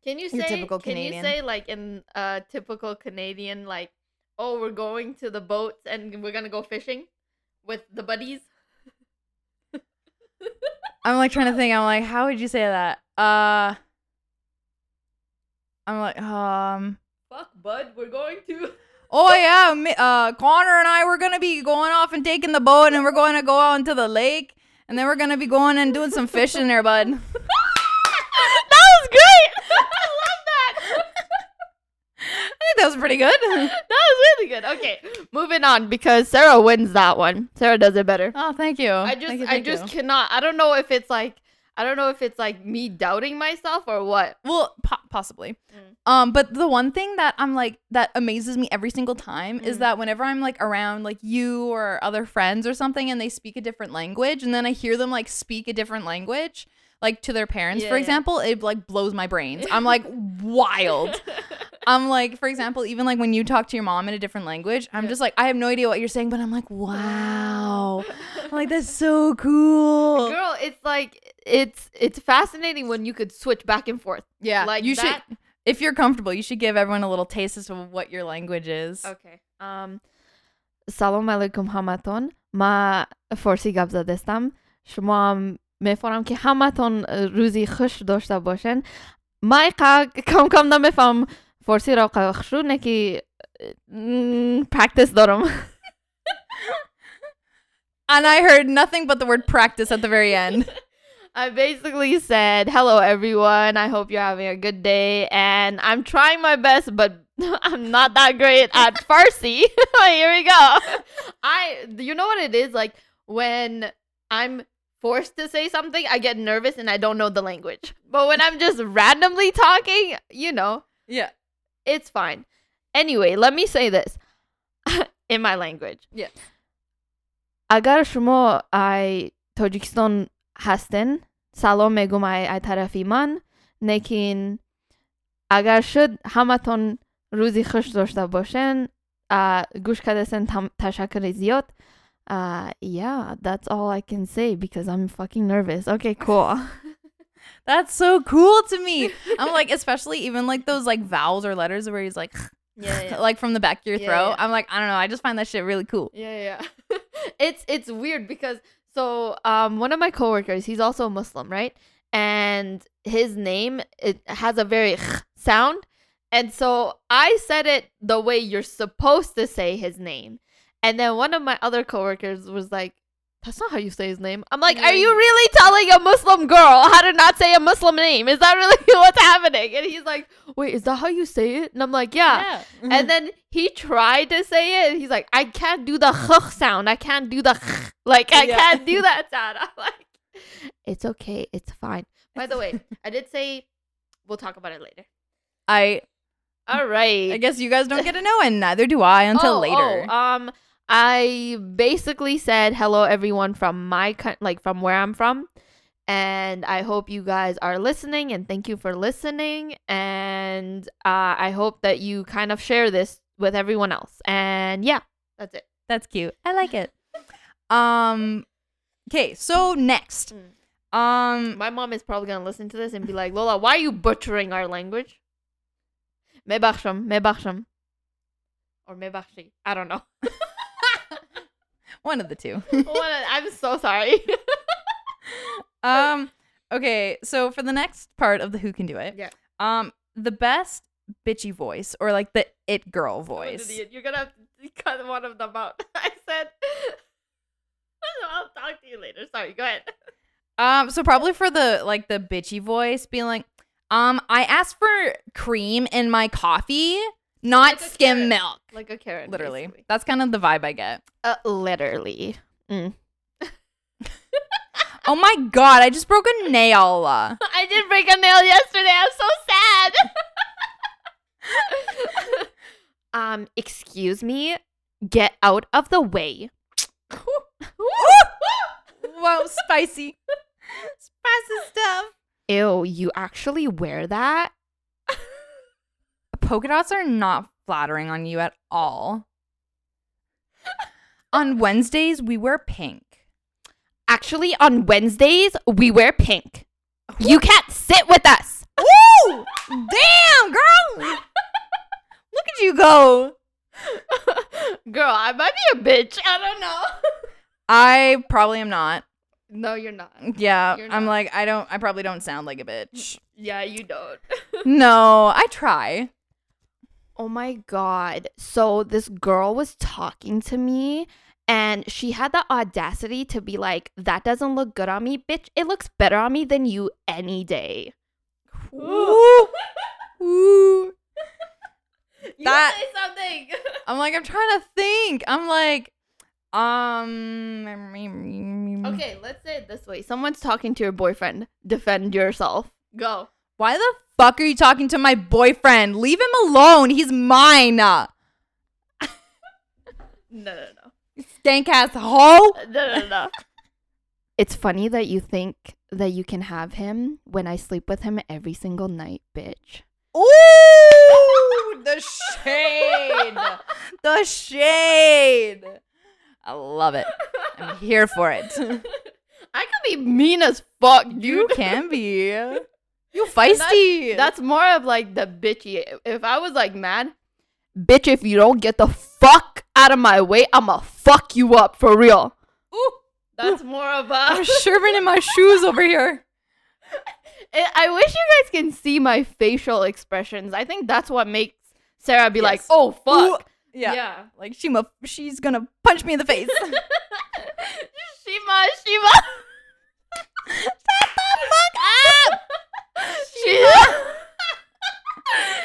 [SPEAKER 2] Can you say
[SPEAKER 1] Your typical
[SPEAKER 2] can
[SPEAKER 1] Canadian.
[SPEAKER 2] you say like in uh typical Canadian like oh we're going to the boats and we're gonna go fishing with the buddies?
[SPEAKER 1] I'm like trying to think. I'm like, how would you say that? Uh, I'm like, um,
[SPEAKER 2] Fuck bud, we're going to
[SPEAKER 1] oh yeah, mi- uh, Connor and I were gonna be going off and taking the boat, and we're going to go out into the lake, and then we're gonna be going and doing some fishing there, bud.
[SPEAKER 2] That was great! I love
[SPEAKER 1] I think that was pretty good.
[SPEAKER 2] that. That was really good. Okay. Moving on because Sarah wins that one. Sarah does it better.
[SPEAKER 1] Oh, thank you.
[SPEAKER 2] I just I just cannot I don't know if it's like I don't know if it's like me doubting myself or what.
[SPEAKER 1] Well, po- possibly.
[SPEAKER 2] Mm.
[SPEAKER 1] Um, but the one thing that I'm like that amazes me every single time is
[SPEAKER 2] Mm.
[SPEAKER 1] that whenever I'm like around like you or other friends or something, and they speak a different language, and then I hear them like speak a different language, like to their parents,
[SPEAKER 2] Yeah,
[SPEAKER 1] for
[SPEAKER 2] yeah.
[SPEAKER 1] example, it like blows my brains. I'm like wild. I'm like, for example, even like when you talk to your mom in a different language, I'm
[SPEAKER 2] Yeah.
[SPEAKER 1] just like, I have no idea what you're saying, but I'm like, wow, I'm like that's so cool.
[SPEAKER 2] Girl, it's like it's it's fascinating when you could switch back and forth.
[SPEAKER 1] yeah,
[SPEAKER 2] like
[SPEAKER 1] you
[SPEAKER 2] that-
[SPEAKER 1] should. If you're comfortable, you should give everyone a little taste as to what your language is.
[SPEAKER 2] Okay. Um Salam alaikum hamaton. Ma فارسی گپ زده هستم. شما هم میفهمم که همتون روزی خوش داشته باشن. من قا... کم کم نمیفهم فارسی را قخشو نکی پرکتس دارم.
[SPEAKER 1] And I heard nothing but the word practice at the very end.
[SPEAKER 2] I basically said, "Hello everyone. I hope you're having a good day and I'm trying my best, but I'm not that great at Farsi." Here we go. I you know what it is like when I'm forced to say something, I get nervous and I don't know the language. But when I'm just randomly talking, you know,
[SPEAKER 1] yeah.
[SPEAKER 2] it's fine. Anyway, let me say this in my language.
[SPEAKER 1] Yeah.
[SPEAKER 2] اگر شما ای تاجیکستان هستن سلام میگم ای, ای طرفی من لیکن اگر شد همتون روزی خوش داشته باشن اه، گوش کردن تم- تشکر زیاد Uh, yeah, that's all I can say because I'm fucking nervous. Okay, cool.
[SPEAKER 1] That's so cool to me. I'm like, especially even like those like vowels or letters where he's like, like from the back of your
[SPEAKER 2] Yeah,
[SPEAKER 1] throat.
[SPEAKER 2] yeah.
[SPEAKER 1] I'm like, I don't know. I just find that shit really cool.
[SPEAKER 2] Yeah, yeah. it's it's weird because so um one of my coworkers, he's also a Muslim, right? And his name it has a very sound. And so I said it the way you're supposed to say his name. And then one of my other coworkers was like, That's not how you say his name. I'm like, Are you really telling a Muslim girl how to not say a Muslim name? Is that really what's happening? And he's like, Wait, is that how you say it? And I'm like, Yeah
[SPEAKER 1] Ah,
[SPEAKER 2] Mm-hmm.
[SPEAKER 1] Mm-hmm.
[SPEAKER 2] and then he tried to say it. And he's like, I can't do the kh sound. I can't do the kh. Like, I
[SPEAKER 1] Yeah.
[SPEAKER 2] can't do that sound. I'm like, it's okay. It's fine. By the way, I did say we'll talk about it later.
[SPEAKER 1] I
[SPEAKER 2] All right.
[SPEAKER 1] I guess you guys don't get to know, and neither do I Mm-hmm. until
[SPEAKER 2] Oh,
[SPEAKER 1] later.
[SPEAKER 2] oh, um, I basically said hello everyone from my coun- like from where I'm from, and I hope you guys are listening and thank you for listening. And uh, I hope that you kind of share this with everyone else. And yeah, that's it.
[SPEAKER 1] That's cute. I like it. um. Okay. So next. Um.
[SPEAKER 2] Mm. My mom is probably gonna listen to this and be like, Lola, why are you butchering our language? Mebakhsham, Mebakhsham. Or Mebakhshi. I don't know.
[SPEAKER 1] One of the two.
[SPEAKER 2] What a- I'm so sorry.
[SPEAKER 1] Um. Okay. So for the next part of the Who Can Do It.
[SPEAKER 2] Yeah.
[SPEAKER 1] Um. The best bitchy voice, or like the it girl
[SPEAKER 2] I'm an
[SPEAKER 1] voice.
[SPEAKER 2] idiot. You're gonna have to cut one of them out. I said. I'll talk to you later. Sorry, go ahead.
[SPEAKER 1] Um. So probably for the like the bitchy voice, being like, um, I asked for cream in my coffee, not
[SPEAKER 2] Like a
[SPEAKER 1] skim
[SPEAKER 2] carrot.
[SPEAKER 1] milk.
[SPEAKER 2] Like a carrot.
[SPEAKER 1] Literally.
[SPEAKER 2] basically.
[SPEAKER 1] That's kind of the vibe I get.
[SPEAKER 2] Uh, literally.
[SPEAKER 1] Oh my god! I just broke a nail.
[SPEAKER 2] I did break a nail yesterday. I'm so sad. um, excuse me. Get out of the way.
[SPEAKER 1] Whoa, spicy. spicy stuff.
[SPEAKER 2] Ew, you actually wear that?
[SPEAKER 1] polka dots are not flattering on you at all. on Wednesdays, we wear pink.
[SPEAKER 2] Actually, on Wednesdays, we wear pink. You can't sit with us.
[SPEAKER 1] Woo! Damn, girl! Look at you go.
[SPEAKER 2] Girl, I might be a bitch. I don't know.
[SPEAKER 1] I probably am not.
[SPEAKER 2] No, you're not.
[SPEAKER 1] Yeah,
[SPEAKER 2] You're
[SPEAKER 1] I'm
[SPEAKER 2] not.
[SPEAKER 1] like, I don't, I probably don't sound like a bitch.
[SPEAKER 2] Yeah, you don't.
[SPEAKER 1] no, I try.
[SPEAKER 2] Oh my god. So this girl was talking to me and she had the audacity to be like, that doesn't look good on me, bitch. It looks better on me than you any day.
[SPEAKER 1] Ooh. Ooh.
[SPEAKER 2] You
[SPEAKER 1] That-
[SPEAKER 2] say something.
[SPEAKER 1] I'm like, I'm trying to think. I'm like, um,
[SPEAKER 2] okay, let's say it this way. Someone's talking to your boyfriend. Defend yourself. Go.
[SPEAKER 1] Why the fuck are you talking to my boyfriend? Leave him alone. He's mine.
[SPEAKER 2] No, no, no.
[SPEAKER 1] Stank ass hoe.
[SPEAKER 2] No, no, no. it's funny that you think that you can have him when I sleep with him every single night, bitch.
[SPEAKER 1] Ooh, the shade. The shade. I love it. I'm here for it.
[SPEAKER 2] I could be mean as fuck, dude.
[SPEAKER 1] You can be. You feisty.
[SPEAKER 2] That's more of like the bitchy. If I was like mad, bitch, if you don't get the fuck out of my way, I'ma fuck you up for real.
[SPEAKER 1] Ooh,
[SPEAKER 2] Oh, That's more of
[SPEAKER 1] I'm
[SPEAKER 2] a.
[SPEAKER 1] sherbing in my shoes over here.
[SPEAKER 2] I I wish you guys can see my facial expressions. I think that's what makes Sarah be like,
[SPEAKER 1] Yes.
[SPEAKER 2] oh fuck.
[SPEAKER 1] Ooh, Yeah. Like she mu- she's gonna punch me in the face.
[SPEAKER 2] Shima, Shima. Shut the fuck up. She,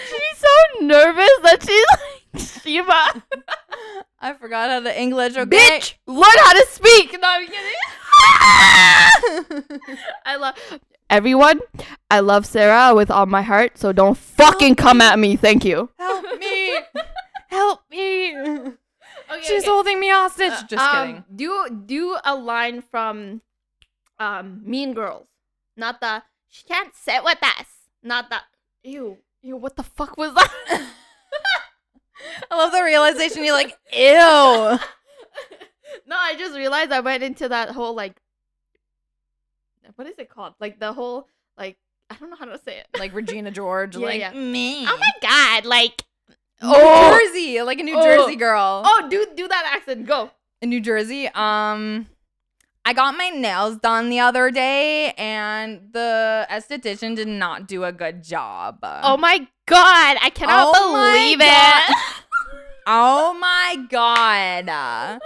[SPEAKER 2] she's so nervous that she's like, Shima.
[SPEAKER 1] I forgot how to English. Okay.
[SPEAKER 2] Bitch, learn how to speak. No, I'm kidding. I love everyone. I love Sarah with all my heart. So don't fucking come at me. Thank you.
[SPEAKER 1] Help me. Help me.
[SPEAKER 2] Okay,
[SPEAKER 1] She's holding me hostage. Just kidding.
[SPEAKER 2] Uh, um, Do do a line from, um, Mean Girls. Not the she can't sit with us. Not the ew ew. What the fuck was that?
[SPEAKER 1] I love the realization you're like, ew.
[SPEAKER 2] no, I just realized I went into that whole like what is it called? Like the whole like I don't know how to say it.
[SPEAKER 1] Like Regina George,
[SPEAKER 2] Yeah,
[SPEAKER 1] like
[SPEAKER 2] yeah.
[SPEAKER 1] me.
[SPEAKER 2] Oh my god, like
[SPEAKER 1] New Jersey, like a New
[SPEAKER 2] Oh.
[SPEAKER 1] Jersey girl.
[SPEAKER 2] Oh, do do that accent. Go.
[SPEAKER 1] In New Jersey, um I got my nails done the other day and the esthetician did not do a good job.
[SPEAKER 2] Oh my god, I cannot
[SPEAKER 1] Oh my
[SPEAKER 2] believe
[SPEAKER 1] God.
[SPEAKER 2] it.
[SPEAKER 1] Oh my god.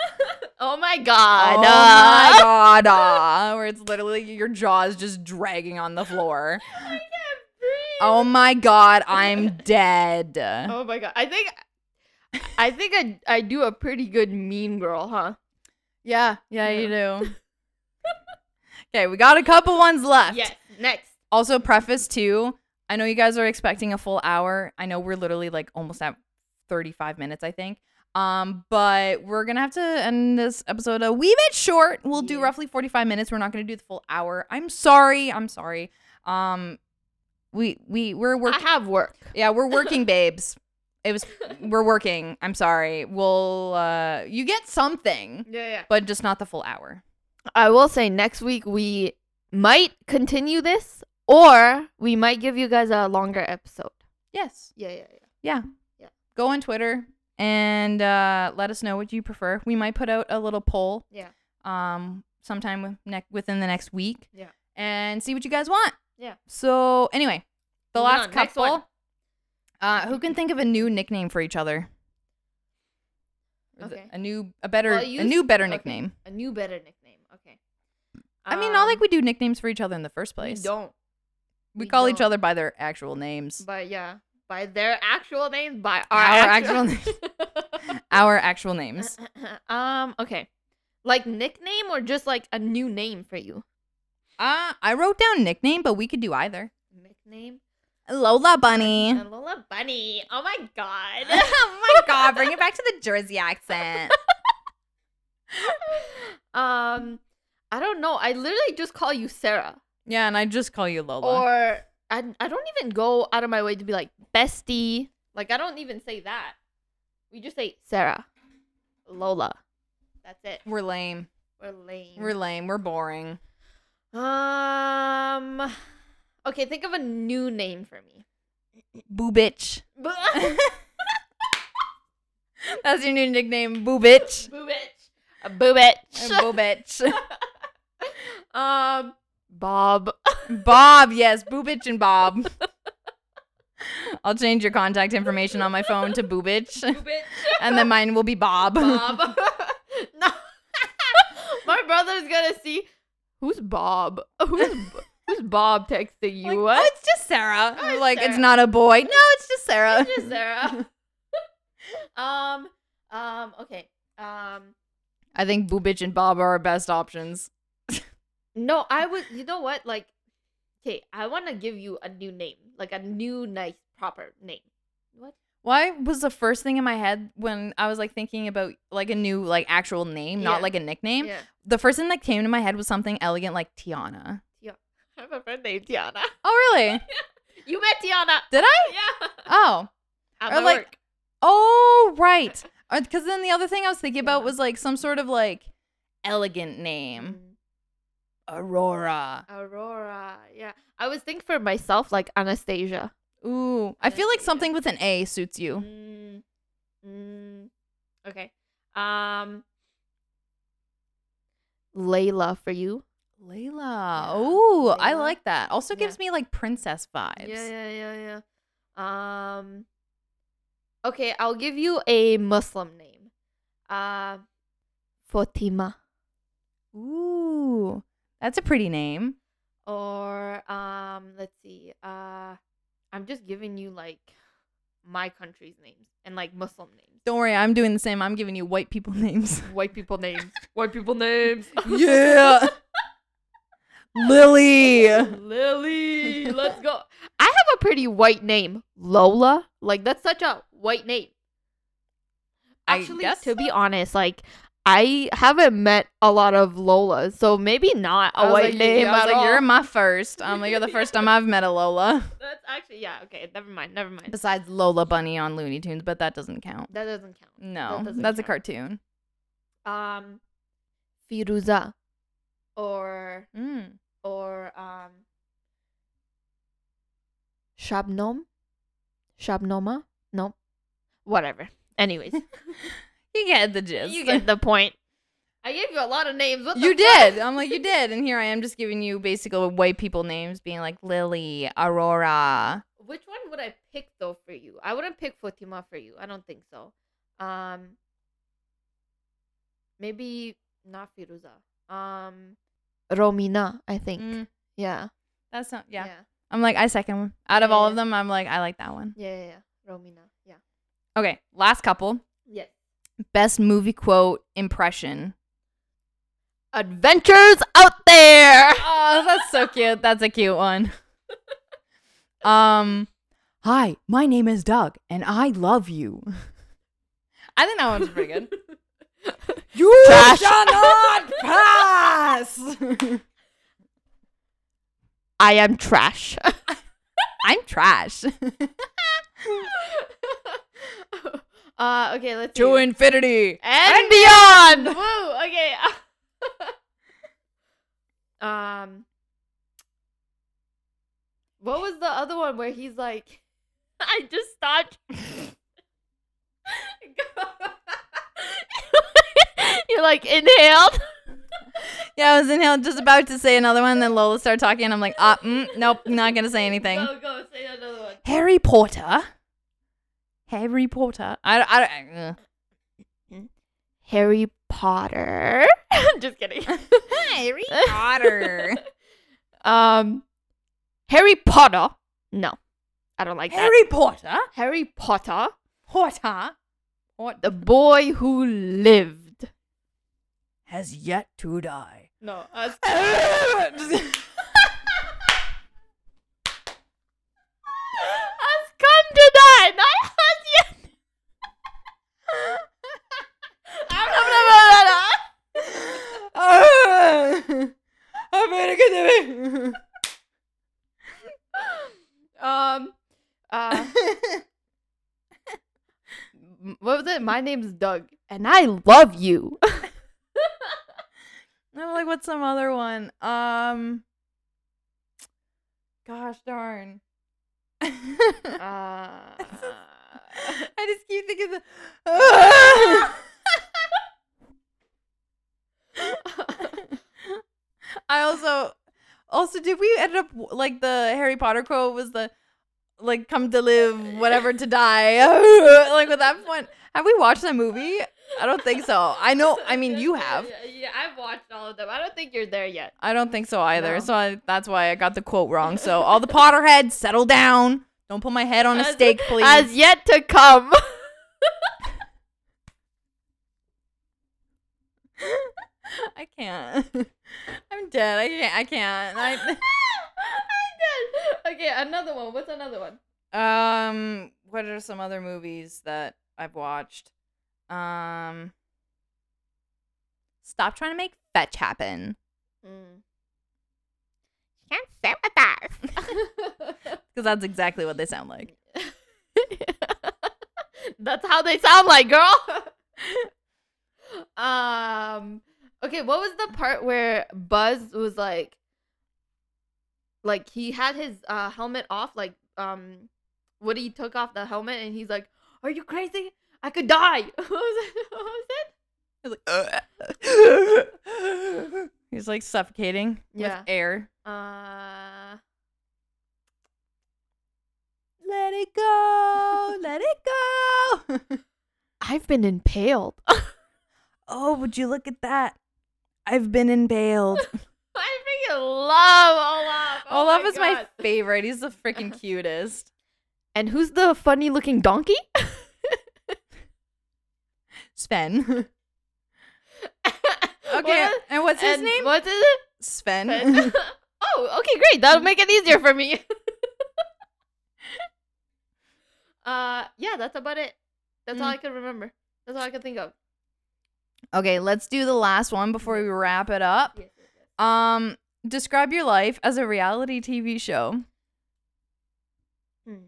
[SPEAKER 2] Oh my god.
[SPEAKER 1] oh my god. uh, where it's literally your jaw is just dragging on the floor.
[SPEAKER 2] I can't breathe. Oh.
[SPEAKER 1] Oh my god, I'm dead.
[SPEAKER 2] my god. I think I think I I do a pretty good mean girl, huh?
[SPEAKER 1] Yeah, yeah, you do. okay, we got a couple ones left.
[SPEAKER 2] Yes. Next.
[SPEAKER 1] Also, preface too. I know you guys are expecting a full hour. I know we're literally like almost at 35 minutes, I think. Um, but we're gonna have to end this episode a wee bit short. We'll do
[SPEAKER 2] Yeah.
[SPEAKER 1] roughly 45 minutes. We're not gonna do the full hour. I'm sorry. I'm sorry. Um, we we we're
[SPEAKER 2] I
[SPEAKER 1] working.
[SPEAKER 2] have work.
[SPEAKER 1] Yeah, we're working, babes. It was we're working. I'm sorry. We'll uh you get something,
[SPEAKER 2] Yeah, yeah.
[SPEAKER 1] but just not the full hour.
[SPEAKER 2] I will say next week we might continue this or we might give you guys a longer episode.
[SPEAKER 1] Yes.
[SPEAKER 2] Yeah, yeah, yeah.
[SPEAKER 1] yeah.
[SPEAKER 2] Yeah.
[SPEAKER 1] Go on Twitter and uh, let us know what you prefer. We might put out a little poll
[SPEAKER 2] Yeah.
[SPEAKER 1] um, sometime with ne- within the next week.
[SPEAKER 2] Yeah.
[SPEAKER 1] And see what you guys want.
[SPEAKER 2] Yeah.
[SPEAKER 1] So, anyway, the
[SPEAKER 2] Moving
[SPEAKER 1] last
[SPEAKER 2] on, next
[SPEAKER 1] couple.
[SPEAKER 2] one.
[SPEAKER 1] Uh, who can think of a new nickname for each other?
[SPEAKER 2] Okay.
[SPEAKER 1] A new, a better,
[SPEAKER 2] Well, you
[SPEAKER 1] a
[SPEAKER 2] s-
[SPEAKER 1] new better
[SPEAKER 2] okay.
[SPEAKER 1] nickname.
[SPEAKER 2] A new better nickname. Okay.
[SPEAKER 1] I mean, not like
[SPEAKER 2] Um,
[SPEAKER 1] we do nicknames for each other in the first
[SPEAKER 2] we
[SPEAKER 1] place.
[SPEAKER 2] don't.
[SPEAKER 1] We
[SPEAKER 2] we
[SPEAKER 1] call each
[SPEAKER 2] don't.
[SPEAKER 1] other by their actual names.
[SPEAKER 2] But yeah, by their actual names, by
[SPEAKER 1] Our
[SPEAKER 2] our, actual,
[SPEAKER 1] Our actual names.
[SPEAKER 2] um. Okay. Like nickname or just like a new name for you?
[SPEAKER 1] Uh, I wrote down nickname, but we could do either.
[SPEAKER 2] Nickname.
[SPEAKER 1] Lola Bunny.
[SPEAKER 2] And Lola Bunny. Oh my god.
[SPEAKER 1] oh my god, bring it back to the Jersey accent.
[SPEAKER 2] um, I don't know. I literally just call you Sarah,
[SPEAKER 1] Yeah, and I just call you Lola.
[SPEAKER 2] or I I don't even go out of my way to be like bestie. Like I don't even say that. We just say Sarah, Lola. That's it.
[SPEAKER 1] We're lame.
[SPEAKER 2] We're lame.
[SPEAKER 1] We're lame. We're boring.
[SPEAKER 2] um. Okay, think of a new name for me.
[SPEAKER 1] Boo bitch.
[SPEAKER 2] Boo
[SPEAKER 1] That's your new nickname, Boo bitch.
[SPEAKER 2] bitch. A boo bitch.
[SPEAKER 1] Boo bitch.
[SPEAKER 2] um, Bob.
[SPEAKER 1] Bob, yes, Boo bitch and Bob. I'll change your contact information on my phone to Boo bitch,
[SPEAKER 2] Boo bitch.
[SPEAKER 1] and then mine will be Bob.
[SPEAKER 2] Bob. no. My brother's gonna see who's Bob. Who's who's Bob texting you?
[SPEAKER 1] Like, "Oh,
[SPEAKER 2] what?
[SPEAKER 1] it's just Sarah.
[SPEAKER 2] Oh, it's
[SPEAKER 1] like it's
[SPEAKER 2] Sarah.
[SPEAKER 1] not a boy. No, it's just Sarah.
[SPEAKER 2] It's just Sarah. um. Um. Okay. Um.
[SPEAKER 1] I think Boo Bitch and Bob are our best options.
[SPEAKER 2] No, I was. You know what? Like, okay, I want to give you a new name, like a new nice proper name. What?
[SPEAKER 1] Why was the first thing in my head when I was like thinking about like a new like actual name, not
[SPEAKER 2] Yeah.
[SPEAKER 1] like a nickname?
[SPEAKER 2] Yeah.
[SPEAKER 1] The first thing that came to my head was something elegant like Tiana.
[SPEAKER 2] I have a friend named Tiana.
[SPEAKER 1] Oh really?
[SPEAKER 2] You met Tiana.
[SPEAKER 1] Did I?
[SPEAKER 2] Yeah.
[SPEAKER 1] Oh.
[SPEAKER 2] At
[SPEAKER 1] Or
[SPEAKER 2] my
[SPEAKER 1] like-
[SPEAKER 2] work.
[SPEAKER 1] Oh right. Because then the other thing I was thinking about
[SPEAKER 2] Yeah. Mm.
[SPEAKER 1] was like some sort of like elegant name, Aurora.
[SPEAKER 2] Aurora. Yeah. I was thinking for myself like Anastasia.
[SPEAKER 1] Ooh, I feel like
[SPEAKER 2] Anastasia.
[SPEAKER 1] something with an A suits you.
[SPEAKER 2] Mm, mm, okay. Um Layla for you.
[SPEAKER 1] Layla.
[SPEAKER 2] Yeah.
[SPEAKER 1] Ooh, I
[SPEAKER 2] Layla.
[SPEAKER 1] like that. Also
[SPEAKER 2] Yeah.
[SPEAKER 1] gives me like princess vibes.
[SPEAKER 2] Yeah, yeah, yeah, yeah. Um Okay, I'll give you a Muslim name. Uh Fatima
[SPEAKER 1] Ooh, that's a pretty name.
[SPEAKER 2] or um let's see. Uh I'm just giving you like my country's names and like Muslim names.
[SPEAKER 1] Don't worry, I'm doing the same. I'm giving you white people names.
[SPEAKER 2] White people names. White people names.
[SPEAKER 1] yeah. Lily.
[SPEAKER 2] Lily, let's go. I have a pretty white name, Lola. Like that's such a white name.
[SPEAKER 1] I
[SPEAKER 2] Actually,
[SPEAKER 1] guess
[SPEAKER 2] to
[SPEAKER 1] so.
[SPEAKER 2] be honest, like I haven't met a lot of Lolas, so maybe not a
[SPEAKER 1] I was
[SPEAKER 2] white
[SPEAKER 1] like,
[SPEAKER 2] name
[SPEAKER 1] I was
[SPEAKER 2] at
[SPEAKER 1] like,
[SPEAKER 2] all.
[SPEAKER 1] you're my first. I'm like, you're the first time I've met a Lola.
[SPEAKER 2] That's actually yeah. Okay, never mind. Never mind.
[SPEAKER 1] Besides Lola Bunny on Looney Tunes, but that doesn't count.
[SPEAKER 2] That doesn't count.
[SPEAKER 1] No,
[SPEAKER 2] That doesn't
[SPEAKER 1] that's a
[SPEAKER 2] count.
[SPEAKER 1] cartoon.
[SPEAKER 2] Um, Firuza, or
[SPEAKER 1] Mm.
[SPEAKER 2] or um, Shabnom, Shabnoma. No, whatever. Anyways.
[SPEAKER 1] You get the gist.
[SPEAKER 2] You get the point. I gave you a lot of names. What the
[SPEAKER 1] You
[SPEAKER 2] fuck?
[SPEAKER 1] did. I'm like, you did. And here I am just giving you basically white people names, being like Lily, Aurora.
[SPEAKER 2] Which one would I pick though for you? I wouldn't pick Fatima for you. I don't think so. Um, maybe not Firuza. Um, Romina. I think.
[SPEAKER 1] Mm,
[SPEAKER 2] Yeah.
[SPEAKER 1] that's not, yeah.
[SPEAKER 2] Yeah.
[SPEAKER 1] I'm like, I second one. Out of
[SPEAKER 2] Yeah,
[SPEAKER 1] all
[SPEAKER 2] yeah.
[SPEAKER 1] of them, I'm like, I like that one.
[SPEAKER 2] Yeah. yeah, yeah. Romina. Yeah.
[SPEAKER 1] Okay, last couple.
[SPEAKER 2] Yes.
[SPEAKER 1] Best movie quote impression.
[SPEAKER 2] Adventures out there.
[SPEAKER 1] Oh, that's so cute. That's a cute one. Um, hi, my name is Doug, and I love you. I think that one's pretty good. You
[SPEAKER 2] Trash.
[SPEAKER 1] shall not pass.
[SPEAKER 2] I am trash.
[SPEAKER 1] I'm trash.
[SPEAKER 2] uh. Okay. Let's see.
[SPEAKER 1] to infinity.
[SPEAKER 2] and,
[SPEAKER 1] beyond.
[SPEAKER 2] Woo! Okay. um, what was the other one where he's like, I just stopped. you like inhaled.
[SPEAKER 1] Yeah, I was in hell just about to say another one, then Lola started talking, and I'm like, ah, mm, nope, not gonna say anything.
[SPEAKER 2] Go, go, say another one.
[SPEAKER 1] Harry Potter. Harry Potter. I, I, I
[SPEAKER 2] Harry Potter. Just kidding.
[SPEAKER 1] Harry Potter.
[SPEAKER 2] Um, Harry Potter. No, I don't like that.
[SPEAKER 1] Harry Potter.
[SPEAKER 2] Harry Potter,
[SPEAKER 1] Potter. What
[SPEAKER 2] the boy who lived.
[SPEAKER 1] has yet to die.
[SPEAKER 2] No, that's has come to die, not has yet. um, uh, m- what was it? My name's Doug, and I love you.
[SPEAKER 1] I'm like, what's some other one? Um, gosh darn. I
[SPEAKER 2] Uh,
[SPEAKER 1] just keep thinking the. I also, also, did we end up like the Harry Potter quote was the, like, come to live, whatever to die, like with that one. Have we watched that movie? I don't think so. I know. I mean, you have.
[SPEAKER 2] Yeah, yeah, I've watched all of them. I don't think you're there yet.
[SPEAKER 1] I don't think so either.
[SPEAKER 2] No.
[SPEAKER 1] So I, that's why I got the quote wrong. So all the Potterheads, settle down. Don't put my head on a
[SPEAKER 2] As-
[SPEAKER 1] stake, please.
[SPEAKER 2] As yet to come.
[SPEAKER 1] I can't. I'm dead. I can't. I can't. I,
[SPEAKER 2] I did. Okay, another one. What's another one?
[SPEAKER 1] Um, what are some other movies that I've watched? Um, stop trying to make fetch happen
[SPEAKER 3] Mm. Can't sit with us.
[SPEAKER 1] because that's exactly what they sound like.
[SPEAKER 2] That's how they sound like, girl. um. Okay, what was the part where Buzz was like, like he had his uh, helmet off, like um, Woody took off the helmet and he's like, "Are you crazy? I could die." what was it? What was it?
[SPEAKER 1] He's like, he's like suffocating
[SPEAKER 2] Yeah.
[SPEAKER 1] with air.
[SPEAKER 2] Uh,
[SPEAKER 1] Let it go, "Oh, let it go.
[SPEAKER 2] I've been impaled.
[SPEAKER 1] oh, would you look at that? I've been impaled.
[SPEAKER 2] I freaking love Olaf. Oh
[SPEAKER 1] Olaf is my
[SPEAKER 2] God.
[SPEAKER 1] favorite. He's the freaking cutest.
[SPEAKER 2] And who's the funny looking donkey?
[SPEAKER 1] Sven.
[SPEAKER 2] What
[SPEAKER 1] Okay,
[SPEAKER 2] is-
[SPEAKER 1] and what's his
[SPEAKER 2] and
[SPEAKER 1] name?
[SPEAKER 2] What is it?
[SPEAKER 1] Sven.
[SPEAKER 2] oh, okay, great. That'll make it easier for me. uh, yeah, that's about it. That's all
[SPEAKER 1] Mm.
[SPEAKER 2] I can remember. That's all I can think of.
[SPEAKER 1] Okay, let's do the last one before we wrap it up.
[SPEAKER 2] Yes, yes, yes.
[SPEAKER 1] Um, describe your life as a reality TV show.
[SPEAKER 2] Hmm.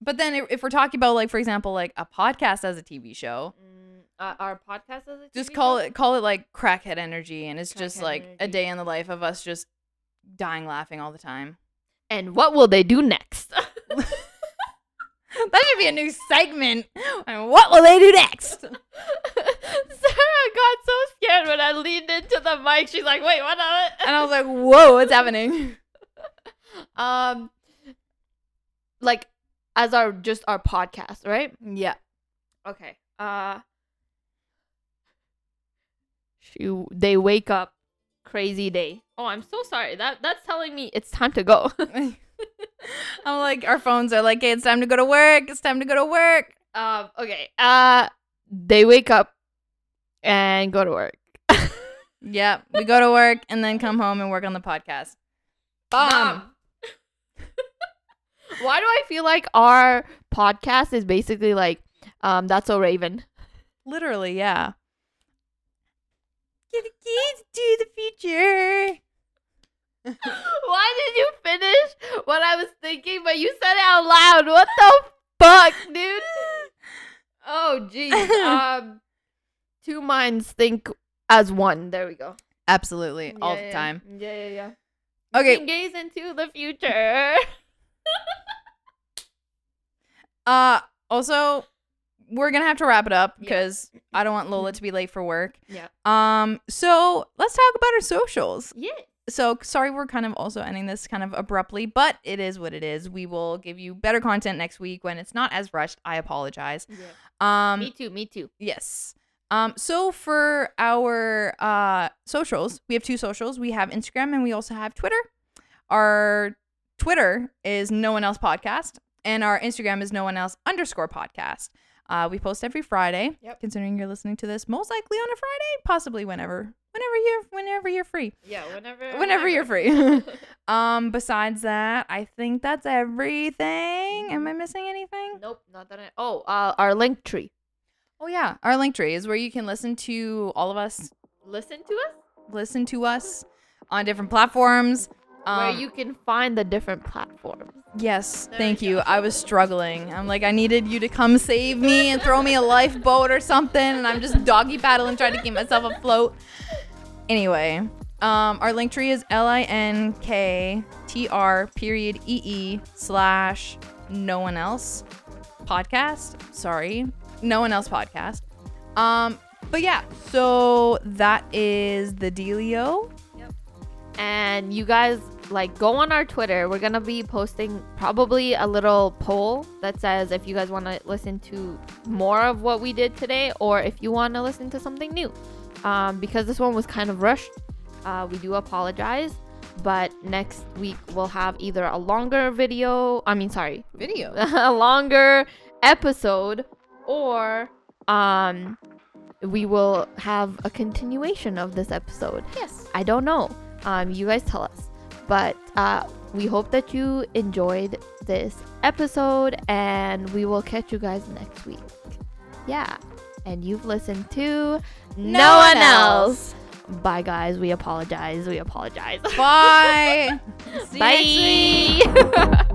[SPEAKER 1] But then, if- if we're talking about, like, for example, like a podcast as a TV show,
[SPEAKER 2] Mm, uh, our podcast is a
[SPEAKER 1] just
[SPEAKER 2] TV
[SPEAKER 1] call
[SPEAKER 2] show?
[SPEAKER 1] it call it like crackhead energy, and it's just
[SPEAKER 2] Crackhead
[SPEAKER 1] like a
[SPEAKER 2] energy.
[SPEAKER 1] day in the life of us just dying laughing all the time.
[SPEAKER 2] And what will they do next?
[SPEAKER 1] That should be a new segment. And what will they do next?
[SPEAKER 2] Sarah got so scared when I leaned into the mic. She's like, "Wait, what?" the-"
[SPEAKER 1] And I was like, whoa, what's happening?
[SPEAKER 2] um, like as our just our podcast, right?
[SPEAKER 1] Yeah.
[SPEAKER 2] Okay. Uh, she they wake up, crazy day. Oh, I'm so sorry. That that's telling me it's time to go.
[SPEAKER 1] I'm like, our phones are like, hey, it's time to go to work. It's time to go to work.
[SPEAKER 2] um, okay. Uh, they wake up and go to work.
[SPEAKER 1] Yeah, we go to work and then come home and work on the podcast. Bomb.
[SPEAKER 2] Why do I feel like our podcast is basically like, um, that's so Raven.
[SPEAKER 1] Literally, yeah. Get the kids to the future.
[SPEAKER 2] Why did you finish what I was thinking, but you said it out loud? What the fuck, dude? Oh, jeez. um, two minds think as one. There we go.
[SPEAKER 1] Absolutely, all
[SPEAKER 2] Yeah,
[SPEAKER 1] the
[SPEAKER 2] yeah.
[SPEAKER 1] time.
[SPEAKER 2] Yeah, yeah, yeah.
[SPEAKER 1] Okay,
[SPEAKER 2] Can gaze into the future.
[SPEAKER 1] Uh, also, we're gonna have to wrap it up
[SPEAKER 2] Yeah.
[SPEAKER 1] because I don't want Lola to be late for work.
[SPEAKER 2] Yeah.
[SPEAKER 1] Um. So let's talk about our socials.
[SPEAKER 2] Yeah.
[SPEAKER 1] So sorry, we're kind of also ending this kind of abruptly, but it is what it is. We will give you better content next week when it's not as rushed. I apologize. Um.
[SPEAKER 2] me too. Me too.
[SPEAKER 1] Yes. Um, so for our uh, socials, we have two socials. We have Instagram and we also have Twitter. Our Twitter is No One Else Podcast, and our Instagram is No One Else underscore podcast. Uh, we post every Friday.
[SPEAKER 2] Yep.
[SPEAKER 1] Considering you're listening to this, most likely on a Friday, possibly whenever, whenever you're, whenever you're free,
[SPEAKER 2] Yeah. Whenever.
[SPEAKER 1] whenever you're free. um, besides that, I think that's everything. Am I missing anything?
[SPEAKER 2] nope. Not that. I, oh, uh, our link tree.
[SPEAKER 1] Oh yeah, our link tree is where you can listen to all of us
[SPEAKER 2] Listen to us.
[SPEAKER 1] listen to us on different platforms. Um,
[SPEAKER 2] where you can find the different platforms.
[SPEAKER 1] yes,
[SPEAKER 2] There
[SPEAKER 1] thank
[SPEAKER 2] we
[SPEAKER 1] you.
[SPEAKER 2] go.
[SPEAKER 1] I was struggling. I'm like, I needed you to come save me and throw me a lifeboat or something, and I'm just doggy paddling trying to keep myself afloat. Anyway, um, our link tree is L I N K T R period E E slash no one else podcast. Sorry, no one else podcast. Um, but yeah, so that is the dealio.
[SPEAKER 2] and you guys like go on our Twitter. We're gonna be posting probably a little poll that says if you guys want to listen to more of what we did today, or if you want to listen to something new. Um, because this one was kind of rushed, uh, we do apologize. But next week we'll have either a longer video. I mean, sorry,
[SPEAKER 1] Video.
[SPEAKER 2] a longer episode, or um, we will have a continuation of this episode.
[SPEAKER 1] Yes.
[SPEAKER 2] I don't know. Um, you guys tell us. But uh, we hope that you enjoyed this episode, and we will catch you guys next week. Yeah. And you've listened to No, One else. Bye, guys. We apologize. We apologize.
[SPEAKER 1] Bye. See you next week.
[SPEAKER 2] Bye.